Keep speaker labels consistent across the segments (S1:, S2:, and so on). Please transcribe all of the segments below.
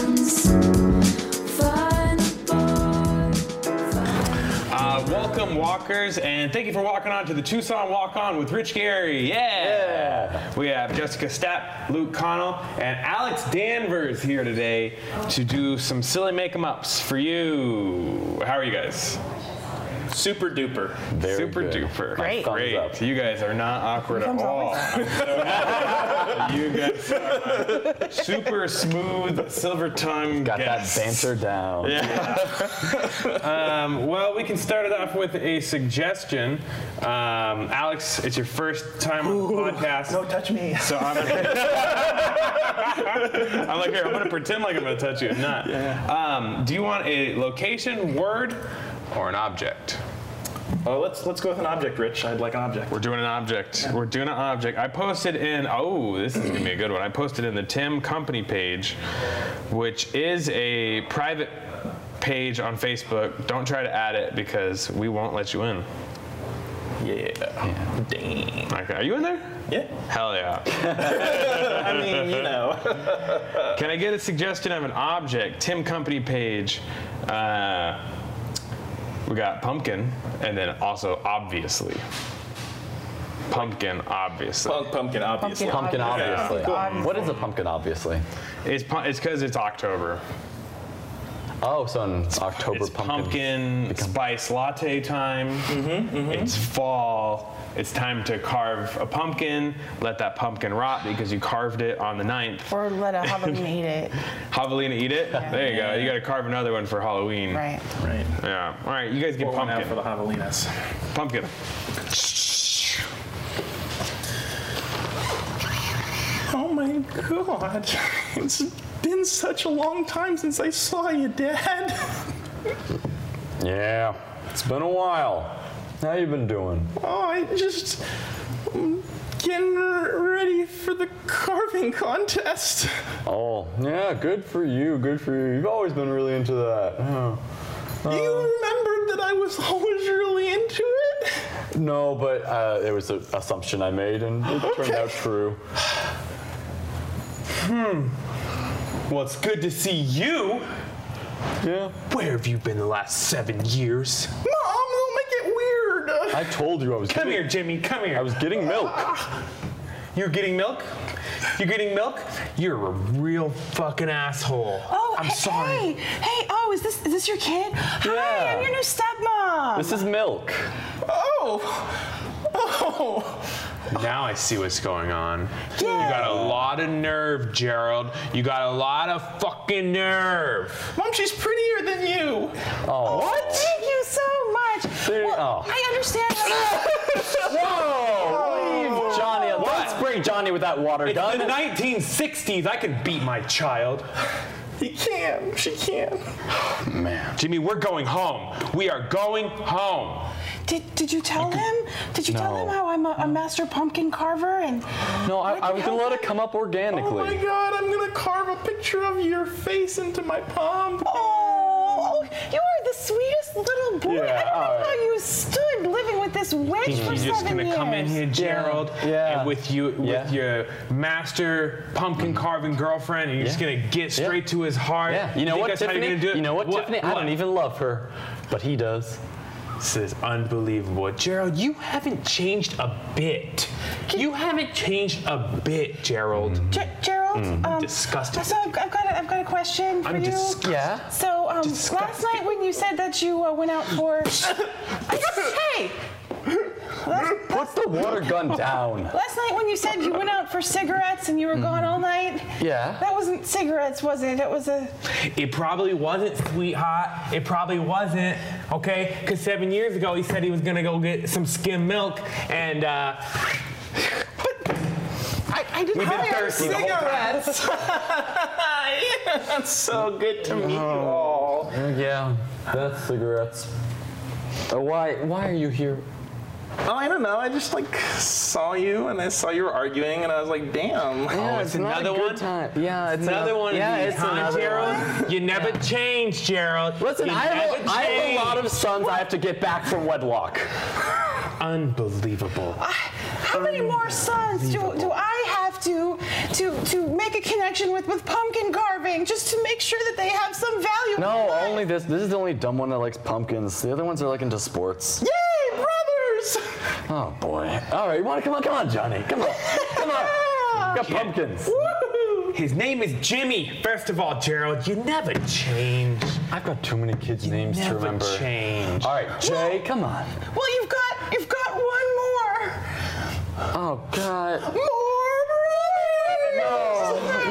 S1: Uh, you for walking on to the Tucson Walk On with Rich Gary. Yeah. We have Jessica Stapp, Luke Connell, and Alex Danvers here today to do some silly make em ups for you. How are you guys?
S2: Super duper.
S3: Very
S1: Super
S3: good.
S1: duper.
S4: Great.
S3: Thumbs
S1: Great.
S3: up.
S1: You guys are not awkward at all. I'm so happy. you guys are super smooth, silver tongue.
S3: Got that banter down.
S1: Um, well, we can start it off with a suggestion. Um, Alex, it's your first time on the podcast.
S2: Don't touch me.
S1: So I'm, I'm like, here, I'm going to pretend like I'm going to touch you. I'm not. Um, do you want a location, word, or an object?
S2: Oh, let's let's go with an object, Rich. I'd like an object.
S1: We're doing an object. We're doing an object. I posted in, oh, this is going to be a good one. I posted in the Tim Company page, which is a private page on Facebook. Don't try to add it because we won't let you in.
S2: Yeah. Dang.
S1: Like, are you in there?
S2: Yeah.
S1: Hell yeah.
S2: I mean, you know.
S1: Can I get a suggestion of an object? Tim Company page. Uh, we got pumpkin, and then also obviously. Pumpkin, obviously.
S2: Punk, pumpkin, obviously.
S3: Pumpkin, obviously. What is a pumpkin, obviously?
S1: It's pu- it's because it's October.
S3: Oh, so in October,
S1: It's pumpkin, spice latte time. It's fall. It's time to carve a pumpkin. Let that pumpkin rot because you carved it on the 9th.
S4: Or let a Halloween eat it.
S1: Javelina, eat it. There you go. You got to carve another one for Halloween.
S4: Right.
S2: Right.
S1: Yeah. All right. You guys get
S2: Pour one out
S1: pumpkin.
S2: for the javelinas.
S1: Pumpkin.
S2: Oh my god. It's been such a long time since I saw you, Dad.
S3: Yeah, it's been a while. How you been doing?
S2: Oh, I just I'm getting ready for the carving contest.
S3: Oh, yeah, good for you. Good for you. You've always been really into that. Yeah.
S2: you
S3: Uh.
S2: remembered that I was always really into it?
S3: No, but uh, it was an assumption I made, and it turned out true.
S1: Well, it's good to see you.
S3: Yeah,
S1: Where have you been the last seven years?
S2: Mom, don't make it weird.
S3: I told you I was.
S1: Come
S3: getting,
S1: here, Jimmy. Come here.
S3: I was getting milk.
S1: You're getting milk? You're getting milk? You're a real fucking asshole.
S4: Oh,
S1: I'm
S4: hey,
S1: sorry.
S4: Hey, hey, oh, is this is this your kid? Hi,
S3: Yeah.
S4: I'm your new stepmom.
S3: This is milk.
S2: Oh. Oh.
S1: Now I see what's going on. You
S4: Yeah.
S1: got a lot of nerve, Gerald. You got a lot of fucking nerve.
S2: Mom, she's prettier than you.
S3: Oh,
S4: Thank you so much.
S3: There-
S4: well,
S3: oh.
S4: I understand. How
S3: Whoa! Leave Johnny. alone.
S1: What?
S3: Don't spray Johnny with that water
S1: It's
S3: gun.
S1: the 1960s. I can beat my child.
S2: He can. She can.
S1: Jimmy, we're going home. We are going home.
S4: did, did you tell him? Did you tell
S3: No.
S4: him how I'm a, a master pumpkin carver and
S3: No, I, I was gonna let
S4: hell?
S3: it come up
S2: Oh
S3: organically.
S2: my god, I'm gonna carve a picture of your face into my palm.
S4: Oh, oh, you are the sweetest little boy.
S3: Yeah,
S4: I don't know
S3: all
S4: how
S3: right.
S4: you stood living with this witch
S1: You're
S4: for
S1: just
S4: seven
S1: gonna
S4: years.
S1: come in here, Gerald,
S3: yeah.
S1: and with you with
S3: Yeah.
S1: your master pumpkin carving girlfriend, and you're just
S3: Yeah.
S1: gonna get
S3: Yeah.
S1: straight to his heart.
S3: Yeah, you know
S1: think
S3: what,
S1: that's How
S3: Tiffany?
S1: you're gonna do it?
S3: know what, Tiffany? I don't even love her, but he does.
S1: This is unbelievable, Gerald. You haven't changed a bit. You haven't changed a bit, Gerald.
S3: Mm.
S4: Ge- Gerald, um,
S1: disgusted
S4: So I've, I've got a, I've got a question for
S1: I'm
S4: you.
S1: disgusted.
S3: Yeah.
S4: So um, last
S1: Disgusted.
S4: night when you said that you uh, went out for, hey,
S3: Put the water gun down.
S4: last night when you said you went out for cigarettes and you were gone all night.
S3: Mm-hmm. Yeah.
S4: That wasn't cigarettes, was it? It was a.
S1: It probably wasn't, sweetheart. It probably wasn't, okay? Because seven years ago, he said he was gonna go get some skim milk, and uh,
S4: I, I didn't.
S1: we've been
S4: I-
S1: thirsty the whole time.
S2: That's so good to meet you all.
S3: Yeah, that's cigarettes. Uh, why? Why are you here?
S2: Oh, I don't know. I just like saw you and I saw you were arguing and I was like, damn. Oh,
S3: Yeah,
S1: Oh, it's another one?
S3: time. Yeah, it's
S1: Another one
S3: Yeah,
S1: of these,
S3: it's
S1: huh,
S3: another
S1: Gerald?
S3: one.
S1: You never change, Gerald.
S3: Listen,
S1: you
S3: I have,
S1: never
S3: a, I have a
S1: change.
S3: lot of sons I have to get back from wedlock.
S1: Unbelievable.
S4: How many
S3: Um,
S4: more sons do, do I have to to to make a connection with with pumpkin carving just to make sure that they have some value? in
S3: No,
S4: life?
S3: only this. This is the only dumb one that likes pumpkins. The other ones are like into sports.
S2: Yay, brothers!
S3: Oh boy. All right, you want to come on? Come on, Johnny. Come on. Come on. We got pumpkins.
S5: His name is Jimmy. First of all, Gerald, you never change.
S3: I've got too many kids' names to
S5: never
S3: remember.
S5: change.
S3: All right, Jay. Come on.
S4: Well, you've got you've got one more.
S3: Oh God.
S4: More
S3: No.
S4: brothers.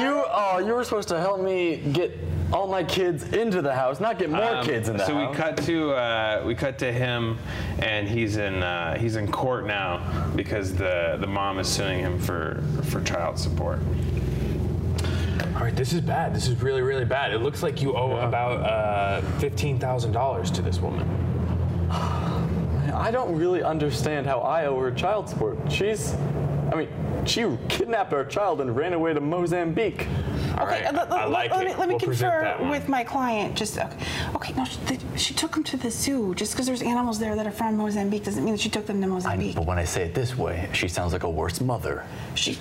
S3: You. Oh, you were supposed to help me get all my kids into the house, not get more
S1: Um,
S3: kids in the
S1: so
S3: house.
S1: we cut to uh, we cut to him, and he's in uh, he's in court now because the the mom is suing him for for child support.
S5: All right, this is bad. This is really, really bad. It looks like you owe about uh, fifteen thousand dollars to this woman.
S3: I don't really understand how I owe her child support. She's, I mean, she kidnapped our child and ran away to Mozambique.
S4: Okay, uh,
S5: right,
S4: let,
S5: I
S4: let-
S5: like
S4: let
S5: it.
S4: me, let me
S5: We'll present that
S4: confer
S5: one.
S4: with my client. Just okay. Okay, no, she, they, she took him to the zoo. Just because there's animals there that are from Mozambique doesn't mean that she took them to Mozambique.
S2: But when I say it this way, she sounds like a worse mother.
S4: She,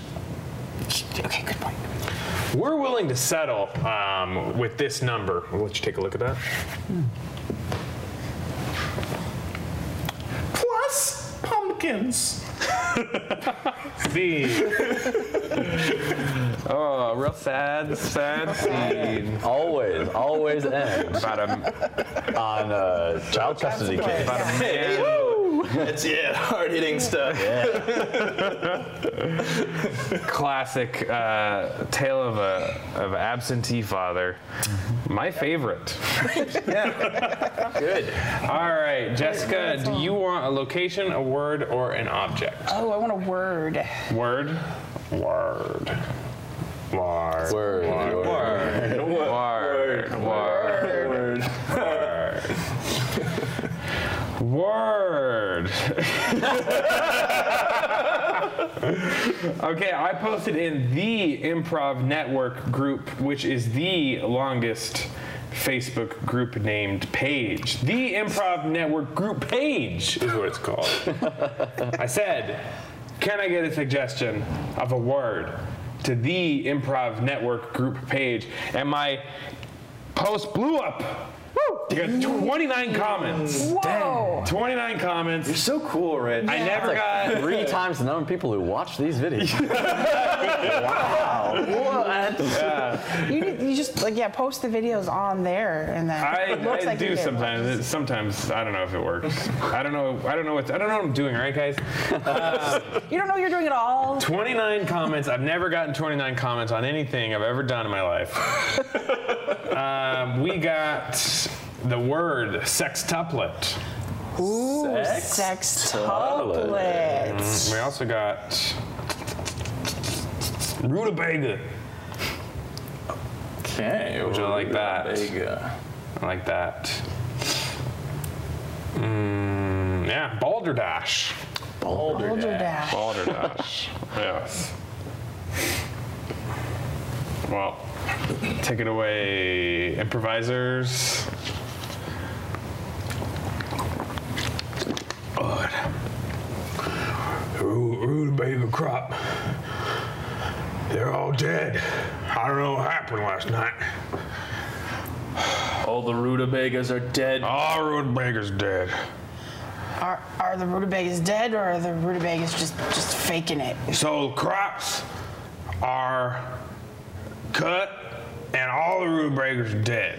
S4: she. Okay, good point.
S5: We're willing to settle um, with this number. We'll let you take a look at that.
S6: Plus pumpkins.
S5: See,
S1: Oh, real sad, sad scene.
S3: Always, always ends
S1: About a,
S3: on a child custody case.
S1: about a man.
S2: That's yeah, hard hitting stuff.
S1: classic uh, tale of a of an absentee father. My favorite.
S3: Good.
S1: All right, Jessica, do you want a location, a word, or an object?
S4: Oh, I want a word.
S1: Word. Word. Word.
S3: Word, word.
S1: Word. Word. Word. Word. Word. okay, I posted in the Improv Network group, which is the longest Facebook group named page. The Improv Network group page is what it's called. I said, can I get a suggestion of a word to the Improv Network group page? And my post blew up. Woo! You got 29 comments.
S4: Whoa.
S1: 29 comments.
S2: So cool, Rich.
S1: I never got.
S3: Three times the number of people who watch these videos. wow. What?
S4: You, need- you just like yeah, post the videos on there and then.
S1: I,
S4: it looks
S1: I
S4: like you
S1: do
S4: did.
S1: sometimes. It- sometimes I don't know if it works. I don't know. I don't know what I don't know what I'm doing. Right, guys. Uh,
S4: You don't know you're doing it all.
S1: 29 comments. I've never gotten 29 comments on anything I've ever done in my life. um, we got the word sextuplet.
S4: Ooh, sextuplets.
S1: We also got rutabaga.
S2: Okay.
S1: Would you like that?
S2: go.
S1: I like that. Mm, yeah, balderdash.
S4: Balderdash.
S1: Balderdash. yes. Well, take it away, improvisers. Good.
S5: rutabaga crop. They're all dead. I don't know what happened last night.
S2: All the rutabagas are dead.
S5: All rutabagas dead.
S4: Are, are the rutabagas dead or are the rutabagas just just faking it?
S5: So crops are cut, and all the rutabagas are dead.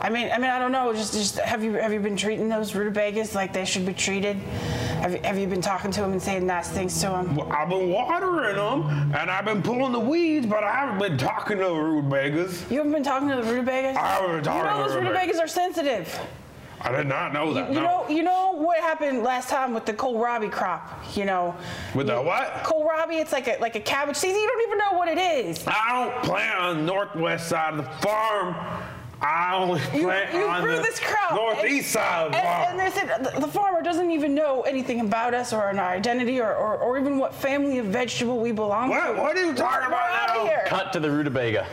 S4: I mean, I mean, I don't know. Just, just have you have you been treating those rutabagas like they should be treated? Have you, have you been talking to them and saying nice things to them?
S5: Well, I've been watering them, and I've been pulling the weeds, but I haven't been talking to the rutabagas.
S4: You haven't been talking to the rutabagas.
S5: I haven't been
S4: You
S5: talking
S4: know
S5: to
S4: those
S5: the
S4: rutabagas are sensitive.
S5: I did not know that.
S4: You
S5: no.
S4: know, you know what happened last time with the kohlrabi crop. You know,
S5: With the what?
S4: kohlrabi, it's like a like a cabbage season. You don't even know what it is.
S5: I don't plant on the northwest side of the farm. I only
S4: You,
S5: plant
S4: you
S5: on
S4: grew
S5: the
S4: this crop.
S5: northeast
S4: and-
S5: side of the farm.
S4: And, and they said the, the farmer doesn't even know anything about us or our identity or, or, or even what family of vegetable we belong to.
S5: What, what are you talking
S4: We're
S5: about
S4: outta
S5: now?
S4: here.
S3: Cut to the rutabaga.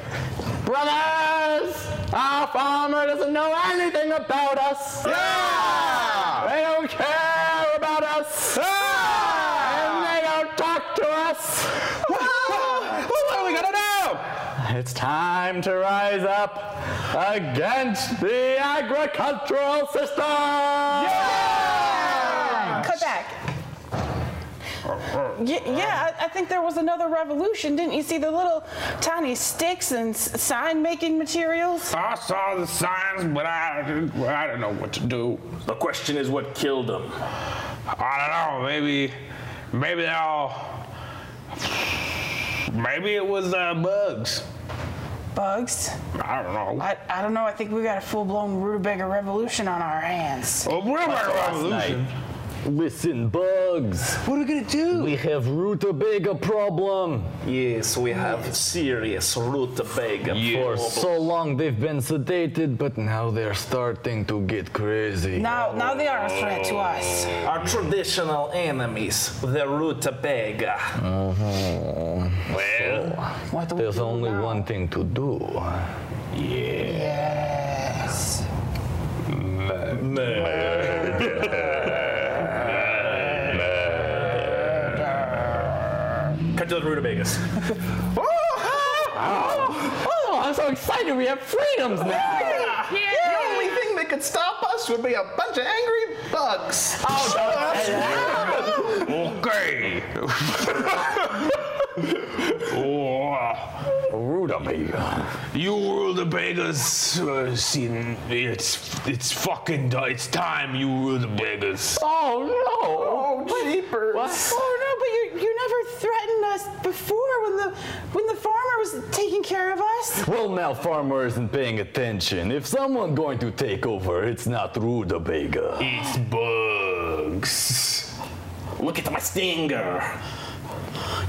S3: Brothers! Our farmer doesn't know anything about us. Yeah! They don't care about us. And they don't talk to us.
S5: What are we gonna do?
S3: It's time to rise up against the agricultural system.
S4: Cut back. Y- yeah, I, I think there was another revolution. Didn't you see the little tiny sticks and s- sign making materials?
S1: I saw the signs, but I, I don't know what to do.
S2: The question is what killed him.
S1: I don't know. Maybe, maybe they all. Maybe it was uh, bugs.
S4: Bugs.
S1: I don't know.
S4: I, I don't know. I think we got a full blown rutabaga revolution on our hands.
S1: Well, we're about a revolution.
S3: Listen, Bugs. What are we gonna do? We have rutabaga problem.
S2: Yes, we have serious rutabaga
S3: For so long they've been sedated, but now they're starting to get crazy.
S4: Now, now they are a threat to us.
S2: Our traditional enemies, the rutabaga. Well,
S4: What do we
S3: There's
S4: do
S3: only
S4: now?
S3: one thing to do.
S4: Yes.
S1: uh,
S2: cut to the rutabagas.
S3: Oh, I'm so excited! We have freedoms now!
S6: The only thing that could stop us would be a bunch of angry bugs.
S1: Okay. oh,
S3: Rutabaga.
S1: you rutabagas, uh, see, it's it's fucking di- it's time you rutabagas.
S3: Oh
S6: Oh, jeepers.
S4: Oh no, but you you never threatened us before when the when the farmer was taking care of us.
S3: no! Well, now Farmer isn't paying attention. If someone going to take over, it's not Rutabaga.
S1: It's bugs.
S2: Look at my stinger.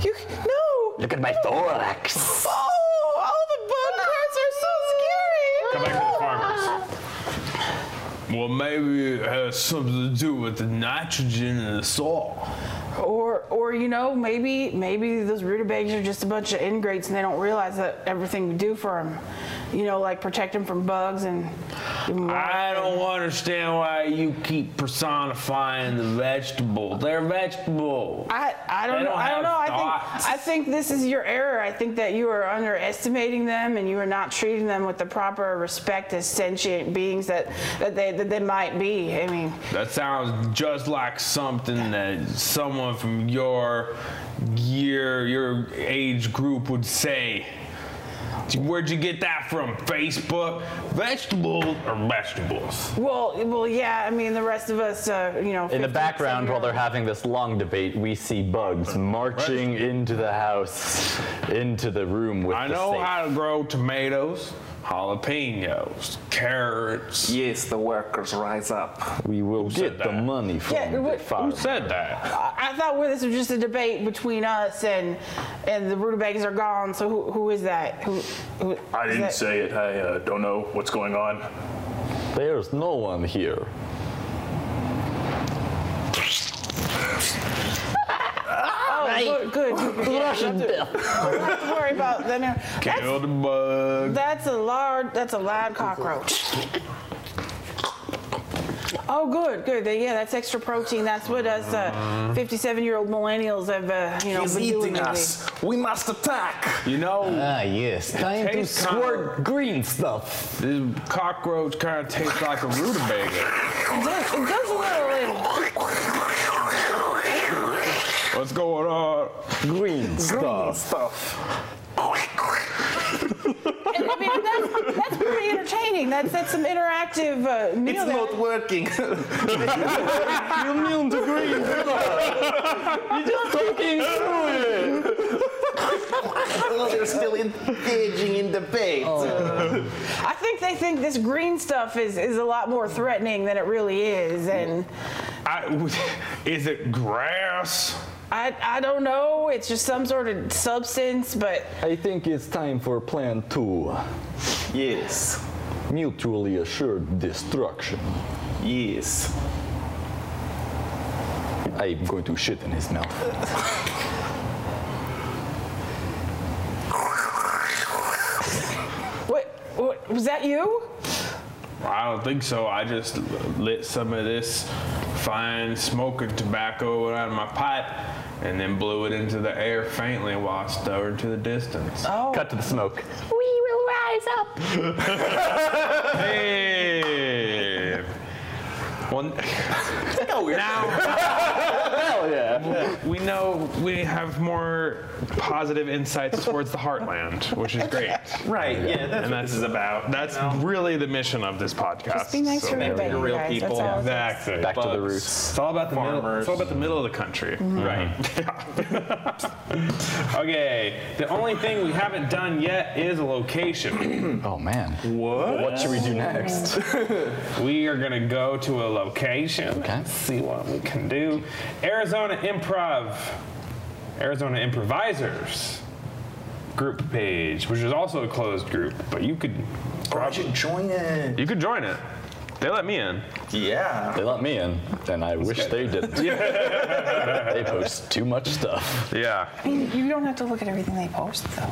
S4: You no.
S3: Look at my thorax.
S4: Oh, all the bug parts are so scary.
S7: Come back to the farmers.
S1: Well, maybe it has something to do with the nitrogen in the soil.
S4: Or, or you know, maybe maybe those rutabagas are just a bunch of ingrates and they don't realize that everything we do for them, you know, like protect them from bugs and. give 'em water.
S1: I don't understand why you keep personifying the vegetable. They're vegetable.
S4: I, I don't
S1: They
S4: know.
S1: don't
S4: I don't
S1: have
S4: know. I
S1: thoughts.
S4: think I think this is your error. I think that you are underestimating them and you are not treating them with the proper respect as sentient beings that, that they that they might be. I mean,
S1: That sounds just like something that someone from your year, your age group would say. Where'd you get that from? Facebook? Vegetables are vegetables.
S4: well, well, yeah. I mean, the rest of us, uh, you know.
S3: In the
S4: 50%,
S3: background,
S4: you
S3: while
S4: know.
S3: they're having this long debate, we see Bugs marching into the house, into the room with
S1: I
S3: the
S1: know
S3: safe.
S1: how to grow tomatoes, jalapenos, carrots.
S6: Yes, the workers rise up.
S3: we will get the
S1: that?
S3: money from
S4: Yeah,
S3: the
S4: what-
S3: farm.
S1: Who said that?
S4: I I thought well, this was just a debate between us and and the rutabagas are gone. So who, who is that? Who, who
S8: I
S4: is
S8: didn't
S4: that-
S8: say it. I uh, don't know what's going on.
S3: There's no one here.
S4: Oh, good. good, good. Yeah, don't do- don't have to worry about that. now.
S1: Kill the bug.
S4: That's a large. That's a loud cockroach. Oh, good, good. They- Yeah, that's extra protein. That's what us uh, 57-year-old millennials have, uh, you know,
S6: He's
S4: been doing
S6: eating
S4: lately.
S6: us. We must attack.
S1: You know,
S3: Ah, yes. Time to
S1: tastes kinda-
S3: squirt green stuff.
S1: this cockroach kind of tastes like a rutabaga.
S4: It does, it does a little. uh,
S1: What's going on?
S3: Green stuff.
S4: I mean, that's, that's pretty entertaining. That's that's some interactive uh, meal.
S6: It's
S4: there.
S6: not working.
S3: You're immune to green stuff. You're just talking through it.
S6: They're still engaging in debate.
S4: I think they think this green stuff is, is a lot more threatening than it really is, and
S1: I, is it grass?
S4: I I don't know. It's just some sort of substance, but
S3: I think it's time for plan two.
S6: Yes.
S3: Mutually assured destruction.
S6: Yes.
S3: I'm going to shit in his mouth.
S4: what, what was that you?
S1: I don't think so. I just lit some of this fine smoking tobacco out of my pipe and then blew it into the air faintly while I stared to the distance.
S3: Cut to the smoke.
S1: Hey! Well, now,
S3: Well,
S9: Hell yeah.
S1: We know we have more positive insights towards the heartland, which is great.
S6: Right, yeah,
S1: And
S6: that's what
S1: that's-
S6: this is about.
S1: That's really the mission of this podcast.
S4: Just be nice
S1: so-
S4: to everybody,
S6: they're real
S4: guys.
S6: people.
S4: That's all.
S1: Exactly.
S10: Back to the
S6: Bugs.
S10: roots.
S1: It's all about the middle.
S6: Farmers.
S1: It's all about the middle of the country.
S4: Mm-hmm.
S6: Right.
S1: Okay. The only thing we haven't done yet is a location.
S10: Oh man. What? What should we do next?
S1: We are gonna go to a location.
S10: Okay.
S1: See what we can do. Arizona Improv. Arizona Improvisers group page, which is also a closed group, but you could
S6: I should join it.
S1: you could join it. They let me in.
S6: Yeah.
S10: They let me in, and I wish they didn't. they post too much stuff.
S1: Yeah,
S4: I mean, you don't have to look at everything they post, though.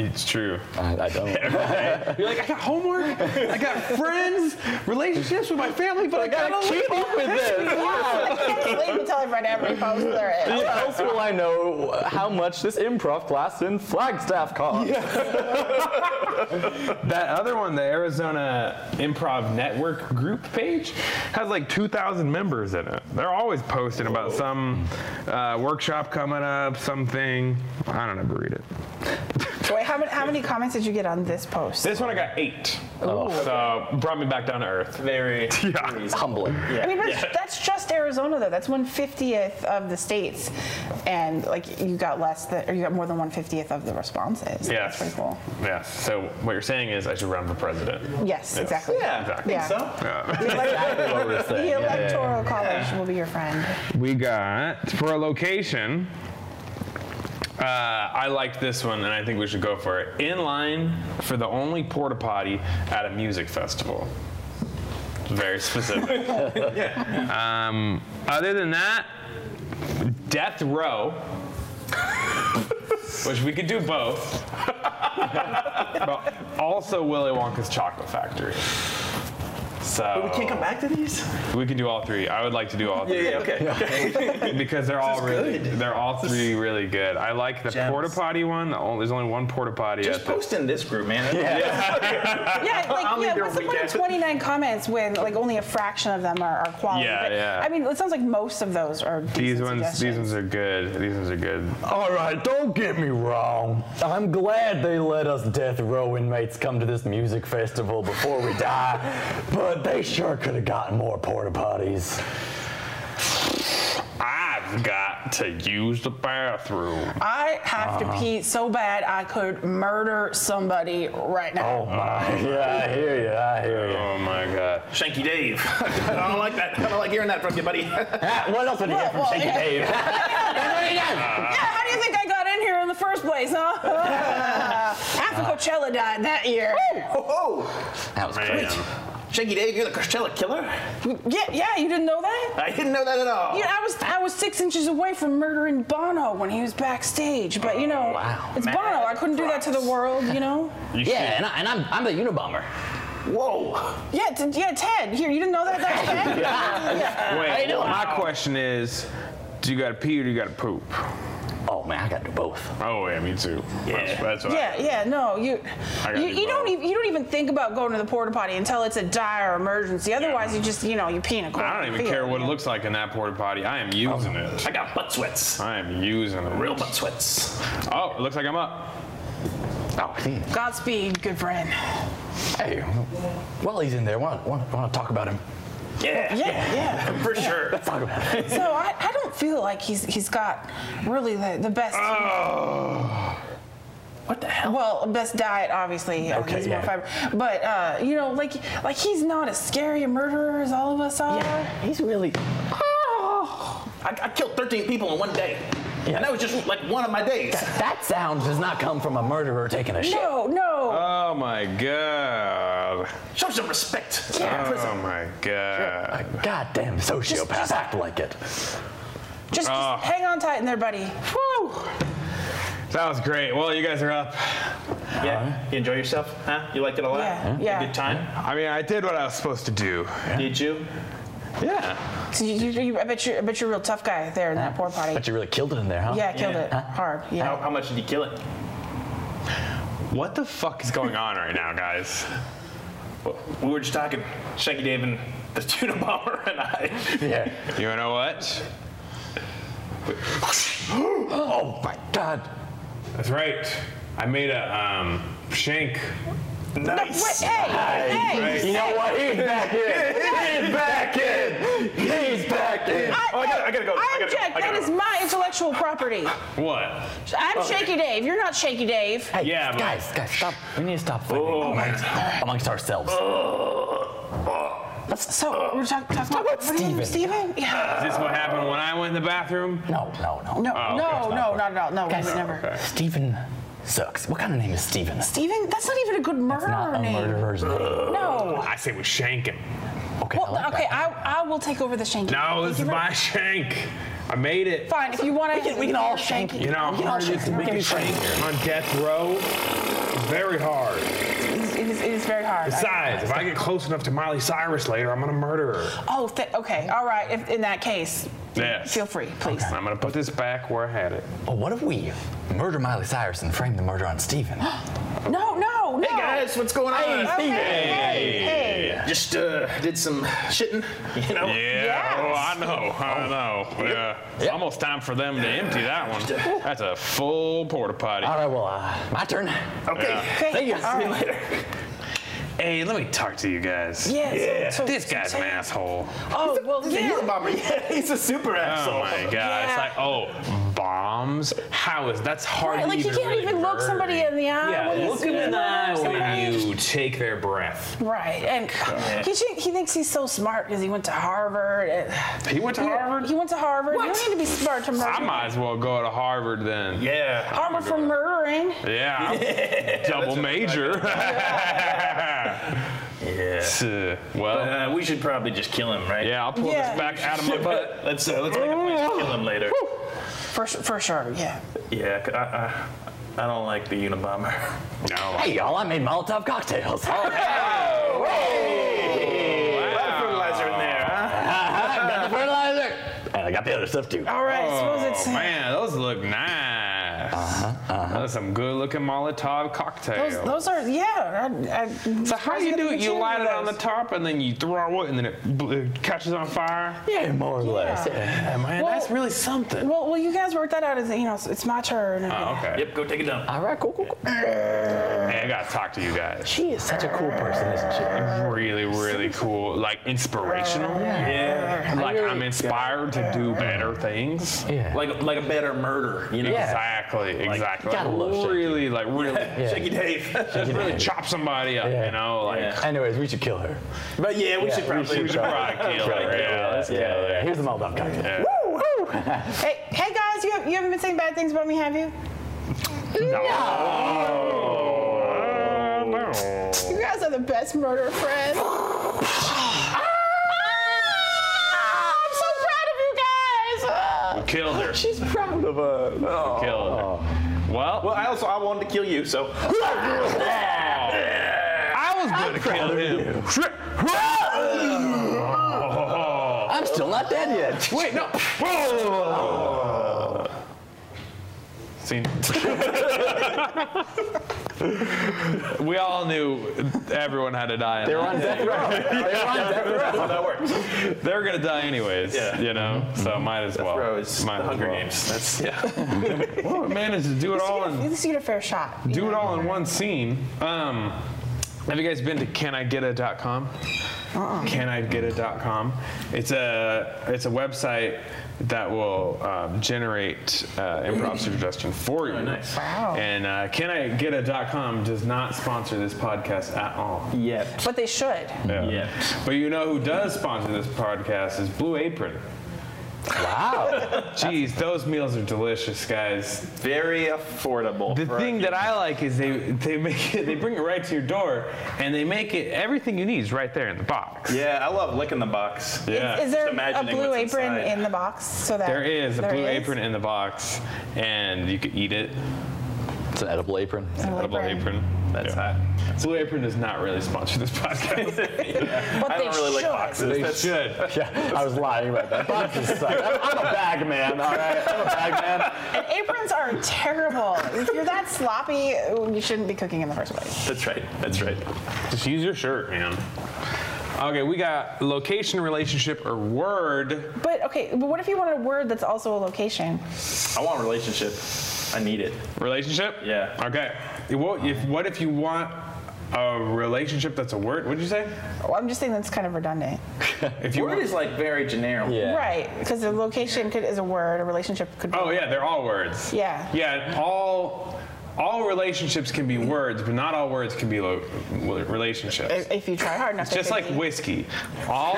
S1: it's true.
S10: I, I don't.
S1: You're like, I got homework, I got friends, relationships with my family, but I gotta keep up with this.
S11: I can't sleep until I've read every post there is.
S10: Else will I know how much this improv class in Flagstaff cost.
S1: That other one, the Arizona Improv Network group page, has like 2,000 members in it. They're always posting about some uh, workshop coming up, something. I don't ever read it.
S4: Wait, how many, how many comments did you get on this post?
S1: This one I got eight. Oh, So brought me back down to earth.
S6: Very.
S1: Yeah.
S10: Humbling.
S4: I mean, but that's just Arizona, though. That's one fiftieth of the states, and like you got less than, or you got more than one fiftieth of the responses.
S1: Yes.
S4: that's pretty cool.
S1: Yeah. So what you're saying is I should run for president.
S4: Yes, exactly.
S6: Yeah, I think
S4: Yeah.
S6: so.
S4: The, elect-
S10: What we're
S4: the
S10: saying.
S4: electoral college will be your friend.
S1: We got for a location. Uh, I liked this one, and I think we should go for it. In line for the only porta potty at a music festival. Very specific. um, other than that, death row, which we could do both. but also Willy Wonka's Chocolate Factory. So
S6: We can't come back to these?
S1: we can do all three. I would like to do all three
S6: Yeah, okay.
S1: because they're all
S6: is
S1: really
S6: good.
S1: they're all three really good. I like the
S6: Gems.
S1: porta potty one. The only, there's only one porta potty
S6: Just
S1: at the
S6: post in this group, man. Yeah.
S4: Yeah, like
S6: I'll
S4: yeah,
S6: leave your
S4: what's the point
S6: weekend.
S4: of 29 comments when like only a fraction of them are, are quality?
S1: Yeah,
S4: But,
S1: yeah.
S4: I mean, it sounds like most of those are.
S1: these
S4: decent
S1: ones these ones
S4: suggestions.
S1: are good. These ones are good.
S3: All right, don't get me wrong. I'm glad they let us death row inmates come to this music festival before we die, but they sure could have gotten more porta potties.
S1: I've got to use the bathroom.
S4: I have
S1: Uh-huh.
S4: to pee so bad I could murder somebody right now.
S3: Oh my, yeah, I hear you, I hear you.
S1: Oh my god.
S6: Shanky Dave. I don't like that. I don't like hearing that from you, buddy.
S3: Ah, what else did you get from
S4: Well,
S3: Shaky
S4: yeah.
S3: Dave?
S1: Uh-huh.
S4: Yeah, how do you think I got in here in the first place, huh? Half of Coachella died that year.
S6: Oh,
S10: That was great.
S6: Shanky Dave, you're the Coachella killer?
S4: Yeah, yeah, you didn't know that?
S6: I didn't know that at all.
S4: Yeah, I was I was six inches away from murdering Bono when he was backstage, but you
S1: Oh,
S4: know,
S10: Wow.
S4: it's Bono. I couldn't do that to the world, you know.
S10: Yeah, and, I, and I'm, I'm the Unabomber.
S6: Whoa.
S4: Yeah, t- yeah, Ted. Here, you didn't know that. That's Ted. yeah.
S1: Wait, my question is, do you gotta pee or do you gotta poop?
S10: Oh man, I gotta do both.
S1: Oh yeah, me too. That's, that's what I-
S4: Yeah, yeah, no, you,
S1: I gotta
S4: you,
S1: do
S4: you don't
S1: both.
S4: even you don't even think about going to the porta potty until it's a dire emergency. Otherwise, you just you know you pee in a corner.
S1: I don't even care what it looks like in that porta potty. I am using it.
S6: I got butt sweats.
S1: I am using it.
S6: Real butt sweats.
S1: Oh, it looks like I'm up.
S10: Oh, he-
S4: Godspeed, good friend.
S10: hey. While he's in there, want to talk about him?
S6: Yeah.
S4: Yeah, yeah.
S6: For sure.
S10: Let's talk about him.
S4: So I, I don't feel like he's he's got really the, the best
S1: Oh.
S6: What the Uh, hell?
S4: well best diet obviously.
S10: Okay,
S4: he's more
S10: yeah.
S4: fiber. But uh, you know like like he's not as scary a murderer as all of us are. Oh.
S10: he's really.
S6: I, I killed 13 people in one day.
S10: Yeah.
S6: And that was just like one of my days.
S10: That sound does not come from a murderer taking a shit.
S4: No, no.
S6: Uh,
S1: Oh my god.
S6: Show some respect.
S1: Oh my god.
S10: A goddamn sociopath act like it.
S4: just, just
S6: uh.
S1: Ah.
S4: hang on tight in there, buddy.
S1: Woo! That was great. Well, you guys are up.
S6: Yeah. You enjoy yourself? Huh? You liked it a lot?
S4: Yeah, yeah.
S6: Good time?
S1: I mean, I did what I was supposed to do.
S6: Did you?
S1: Yeah.
S4: So you, you, you, I bet you I bet you're a real tough guy there in that porta potty.
S10: But you really killed it in there, huh?
S4: Yeah, I killed it hard.
S6: How,
S4: Yeah.
S6: how much did you kill it?
S1: What the fuck is going on right now, guys?
S6: Well, we were just talking, Shanky Dave and the tuna bomber and I.
S10: Yeah.
S1: You know what?
S2: oh my god.
S1: That's right. I made a um, shank.
S12: Nice. hey, hey,
S2: You know what? He's back in. He's back in. He's back in.
S12: I,
S13: Oh, I gotta- I gotta go. I gotta
S12: I
S13: go.
S12: object.
S13: I
S12: That
S13: gotta
S12: is
S13: go.
S12: my intellectual property.
S1: What?
S12: I'm Shaky Dave. You're not Shaky Dave.
S2: Hey,
S1: Yeah, but-
S2: guys, guys, stop. We need to stop fighting
S6: Oh.
S2: amongst, amongst ourselves.
S1: Oh.
S4: So we're talk, talking about
S2: about
S4: what do you-
S2: Steven.
S4: Steven? Yeah.
S1: Is this what happened when I went in the bathroom?
S2: No, no, no.
S4: No,
S1: Oh, okay.
S4: no, no, not at all. No, we
S2: Guys,
S4: would never.
S2: Stephen sucks. What kind of name is Stephen? It's
S4: Steven, that's not even a good murderer
S2: not a
S4: name.
S2: murderer's
S6: Uh.
S2: name.
S4: No.
S1: I say we shank him.
S2: Okay, I
S4: Well,
S2: like
S4: okay,
S2: that.
S4: I, I will take over the shanking.
S1: No, this
S4: Thank
S1: is
S4: you very-
S1: my shank. I made it.
S4: Fine, if you want to.
S2: We can- we can all shank
S1: You know how hard it is to make a shank on death row? Very hard.
S4: It's- It is, it is very hard. I-
S1: Besides, if I get close enough to Miley Cyrus later, I'm gonna murder her.
S4: oh, th- okay, all right. If, in that case,
S1: Yes.
S4: feel free, please.
S1: I'm gonna put this back where I had it.
S2: But what if we murder Miley Cyrus and frame the murder on Stephen?
S4: No, no, no.
S6: Hey guys, what's going on?
S4: Okay,
S12: Hey,
S6: Just uh, did some shitting, you know.
S10: Yeah, oh, I know, I know. Yeah, it's almost time for them to empty that one. That's a full porta potty.
S2: All right, well, uh, my turn.
S6: Okay.
S4: Okay.
S2: Thank you.
S4: all right.
S10: Hey, let me talk to you guys.
S4: Yeah. So, so-
S10: This guy's
S4: so-
S10: an asshole.
S4: Oh well,
S6: He's a
S4: yeah.
S6: heel bomber. Yeah, he's a super
S10: Oh
S6: asshole.
S10: my god! It's like, oh, bombs? How is that's hard?
S4: Right,
S10: to
S4: like you
S10: even
S4: can't
S10: really
S4: even look
S10: murder.
S4: somebody in the eye.
S1: Yeah,
S4: when you
S1: look him in the eye
S4: murder
S1: when
S4: somebody.
S1: you take their breath.
S4: Right, and he, think- he thinks he's so smart because he went to Harvard. and-
S1: He went to
S4: He-
S1: Harvard?
S4: He went to Harvard. You don't need to be smart to murder.
S1: I might as well go to Harvard then.
S6: Yeah.
S4: Harvard for murdering.
S10: Yeah, double major. yeah. Well,
S8: Uh, we should probably just kill him,
S1: um,
S8: right?
S10: yeah, I'll pull
S4: Yeah.
S10: this back out of my butt.
S8: Let's uh, let's make a plan to kill him later.
S4: For, su- for sure, yeah.
S8: Yeah, c- I, I, I don't like the Unabomber.
S10: No.
S2: Hey, y'all, I made Molotov cocktails.
S8: Fertilizer in there, huh?
S2: I got the fertilizer. And I got the other stuff too.
S4: All right, I suppose it's.
S1: Oh man, those look nice. Those some good looking Molotov cocktails.
S4: Those, those are, yeah. I, I,
S1: so how do you do it? You light it on the top and then you throw it and then it bl- it catches on fire.
S2: Yeah, more or less.
S1: Yeah, man,
S4: Well-
S1: that's really something.
S4: Well, well, you guys work that out as, you know, it's, it's my turn.
S1: Oh, okay.
S8: Yep, go take it down.
S2: All right, cool, cool, cool.
S1: Hey, I gotta talk to you guys.
S2: She is such a cool person, isn't she?
S1: Really, really cool. Like inspirational. Yeah. Like I'm inspired to do better things.
S2: Yeah.
S8: Like like a better murder, you know?
S2: Yeah.
S1: Exactly. Exactly.
S2: gotta love
S1: Like,
S2: Shaky.
S1: really, like really,
S8: Shaky Dave.
S1: just really chop somebody up.
S2: Yeah.
S1: You know, like
S2: Anyways, we should kill her.
S8: but yeah, we
S2: Yeah,
S8: should
S2: we
S8: probably.
S2: should
S8: We should
S1: probably kill her. Yeah, let's
S2: yeah,
S1: kill her.
S2: yeah. Here's the Molotov cocktail.
S4: Hey, hey guys, you, have, you haven't been saying bad things about me, have you?
S12: you guys are the best murder friends. Ah, I'm so proud of you guys. Ah.
S10: Killed her.
S6: She's proud of us. Oh.
S10: Killed her. Well,
S6: Well, I also I wanted to kill you, so.
S10: I was gonna kill him.
S2: I'm still not dead yet.
S10: Wait, no. Whoa. Scene.
S1: we all knew everyone had to die.
S2: They're on death row. They're on death row.
S6: that works.
S1: They're gonna die anyways.
S6: Yeah.
S1: You know, so might as well.
S6: Bro, it's
S1: might
S6: the
S1: as
S6: Hunger
S1: well.
S6: Games. That's yeah.
S1: Well, managed to do it all
S4: At
S1: in
S4: least you get a fair shot.
S1: do it all in one scene. Um, have you guys been to canigeta.com? Canigeta.com. It's a it's a website that will um, generate uh, improv suggestion for you. nice. Wow. And uh, canigeta.com does not sponsor this podcast at all.
S4: But they should.
S1: Yeah. But you know who does sponsor this podcast is Blue Apron.
S2: Wow.
S1: Jeez, those meals are delicious, guys.
S6: Very affordable.
S1: The thing that I like is they they make it, they bring it right to your door, and they make it everything you need is right there in the box.
S6: yeah, I love licking the box.
S1: Yeah.
S4: Is there
S6: Just
S4: a
S6: imagining
S4: blue
S6: what's
S4: apron
S6: inside.
S4: in the box so that
S1: there is a
S4: there
S1: blue
S4: is?
S1: apron in the box, and you could eat it.
S2: It's an edible apron.
S4: Blue
S1: A blue
S4: apron.
S1: apron. That's hot. Blue Apron does not really sponsor this podcast.
S4: But
S6: I
S4: they
S6: don't really
S4: should.
S6: like boxes.
S1: they
S6: That's-
S1: should.
S2: Yeah, I was lying about that. Boxes suck. I'm, I'm a bag man, all right? I'm a bag man.
S4: And aprons are terrible. if you're that sloppy, you shouldn't be cooking in the first place.
S6: That's right. That's right.
S1: Just use your shirt, man. Okay, we got location, relationship, or word.
S4: But okay, but what if you wanted a word that's also a location?
S2: I want a relationship. I need it.
S1: Relationship?
S2: Yeah.
S1: Okay. What if, what if you want a relationship that's a word? What did you say?
S4: Well, I'm just saying that's kind of redundant.
S1: If you
S2: Word
S1: want-
S2: is like very generic.
S6: Yeah.
S4: Right, because a location could, is a word, a relationship could be.
S1: Oh yeah, they're all words.
S4: Yeah.
S1: Yeah, all all relationships can be words, but not all words can be lo- relationships.
S4: If you try hard enough.
S1: Just
S4: they
S1: like
S4: could be.
S1: whiskey, all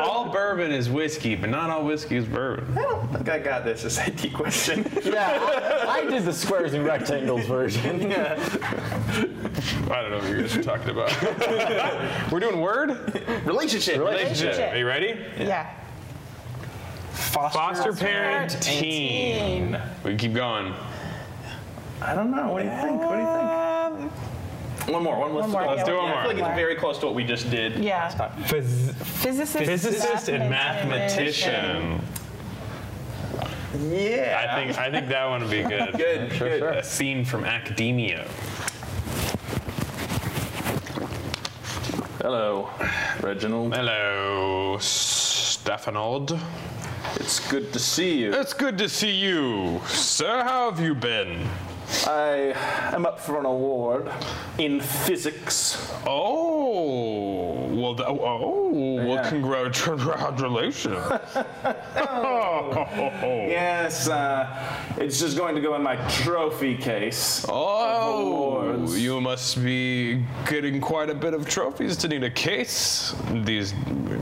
S1: all bourbon is whiskey, but not all whiskey is bourbon.
S2: I don't think I got this. This IT question.
S6: Yeah, I, I did the squares and rectangles version.
S1: I don't know what you guys are talking about. We're doing word
S2: relationship.
S1: relationship. Are you ready?
S4: Yeah.
S2: Foster.
S1: Foster parent teen.
S4: Teen.
S1: We keep going.
S2: I don't know. What do you think? What do you think?
S4: Um,
S2: One more. One,
S4: more,
S2: Let's
S4: yeah,
S1: do
S2: do
S1: one
S2: one more. I
S1: more.
S2: feel like it's very close to what we just did.
S4: yeah.
S1: Phys-
S4: Physicist,
S1: physicist and mathematician.
S2: Yeah.
S1: I think I think that one would be good.
S2: Good. good.
S1: A scene from academia.
S2: Hello, Reginald.
S1: Hello, Stefanold.
S2: It's good to see you.
S1: It's good to see you, sir. How have you been?
S2: I am up for an award in physics.
S1: Oh, well, th- oh, well,
S2: Yeah.
S1: congratulations. oh,
S2: Yes, uh, it's just going to go in my trophy case. Awards.
S1: Oh, you must be getting quite a bit of trophies to need a case these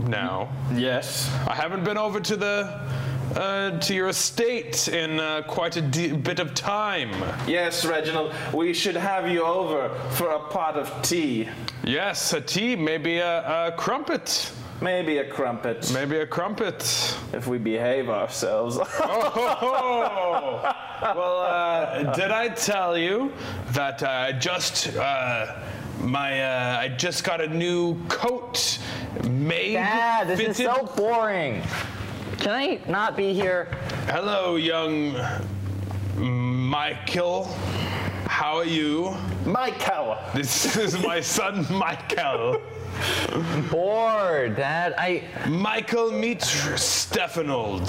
S1: now.
S2: Mm-hmm. Yes.
S1: I haven't been over to the uh, to your estate in uh, quite a d- bit of time.
S2: Yes, Reginald, we should have you over for a pot of tea.
S1: Yes, a tea, maybe a, a crumpet,
S2: Maybe a crumpet,
S1: maybe a crumpet.
S2: if we behave ourselves.
S1: Oh, well, uh, did I tell you that I just uh, my uh, I just got a new coat made?
S10: Yeah, this is
S1: fitted?
S10: so boring. Can I not be here?
S1: Hello, young Michael. How are you?
S2: Michael!
S1: This is my son, Michael.
S10: Bored, Dad. I
S1: Michael meet Stefanold.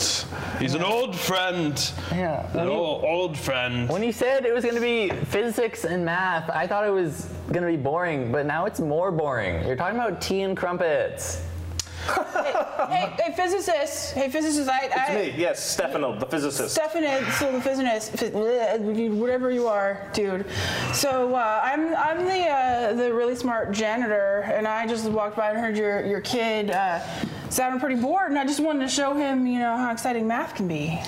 S1: He's an old friend.
S10: yeah.
S1: An
S10: When you,
S1: old, old friend.
S10: when you said it was gonna be physics and math, I thought it was gonna be boring, but now it's more boring. You're talking about tea and crumpets.
S4: Hey, hey, physicist. Hey, physicist. I, I,
S2: Me, yes, Stefano, the physicist.
S4: Stefan, so the business, whatever you are, dude. So uh, I'm I'm the uh, the really smart janitor, and I just walked by and heard your your kid uh, sounded pretty bored, and I just wanted to show him, you know, how exciting math can be.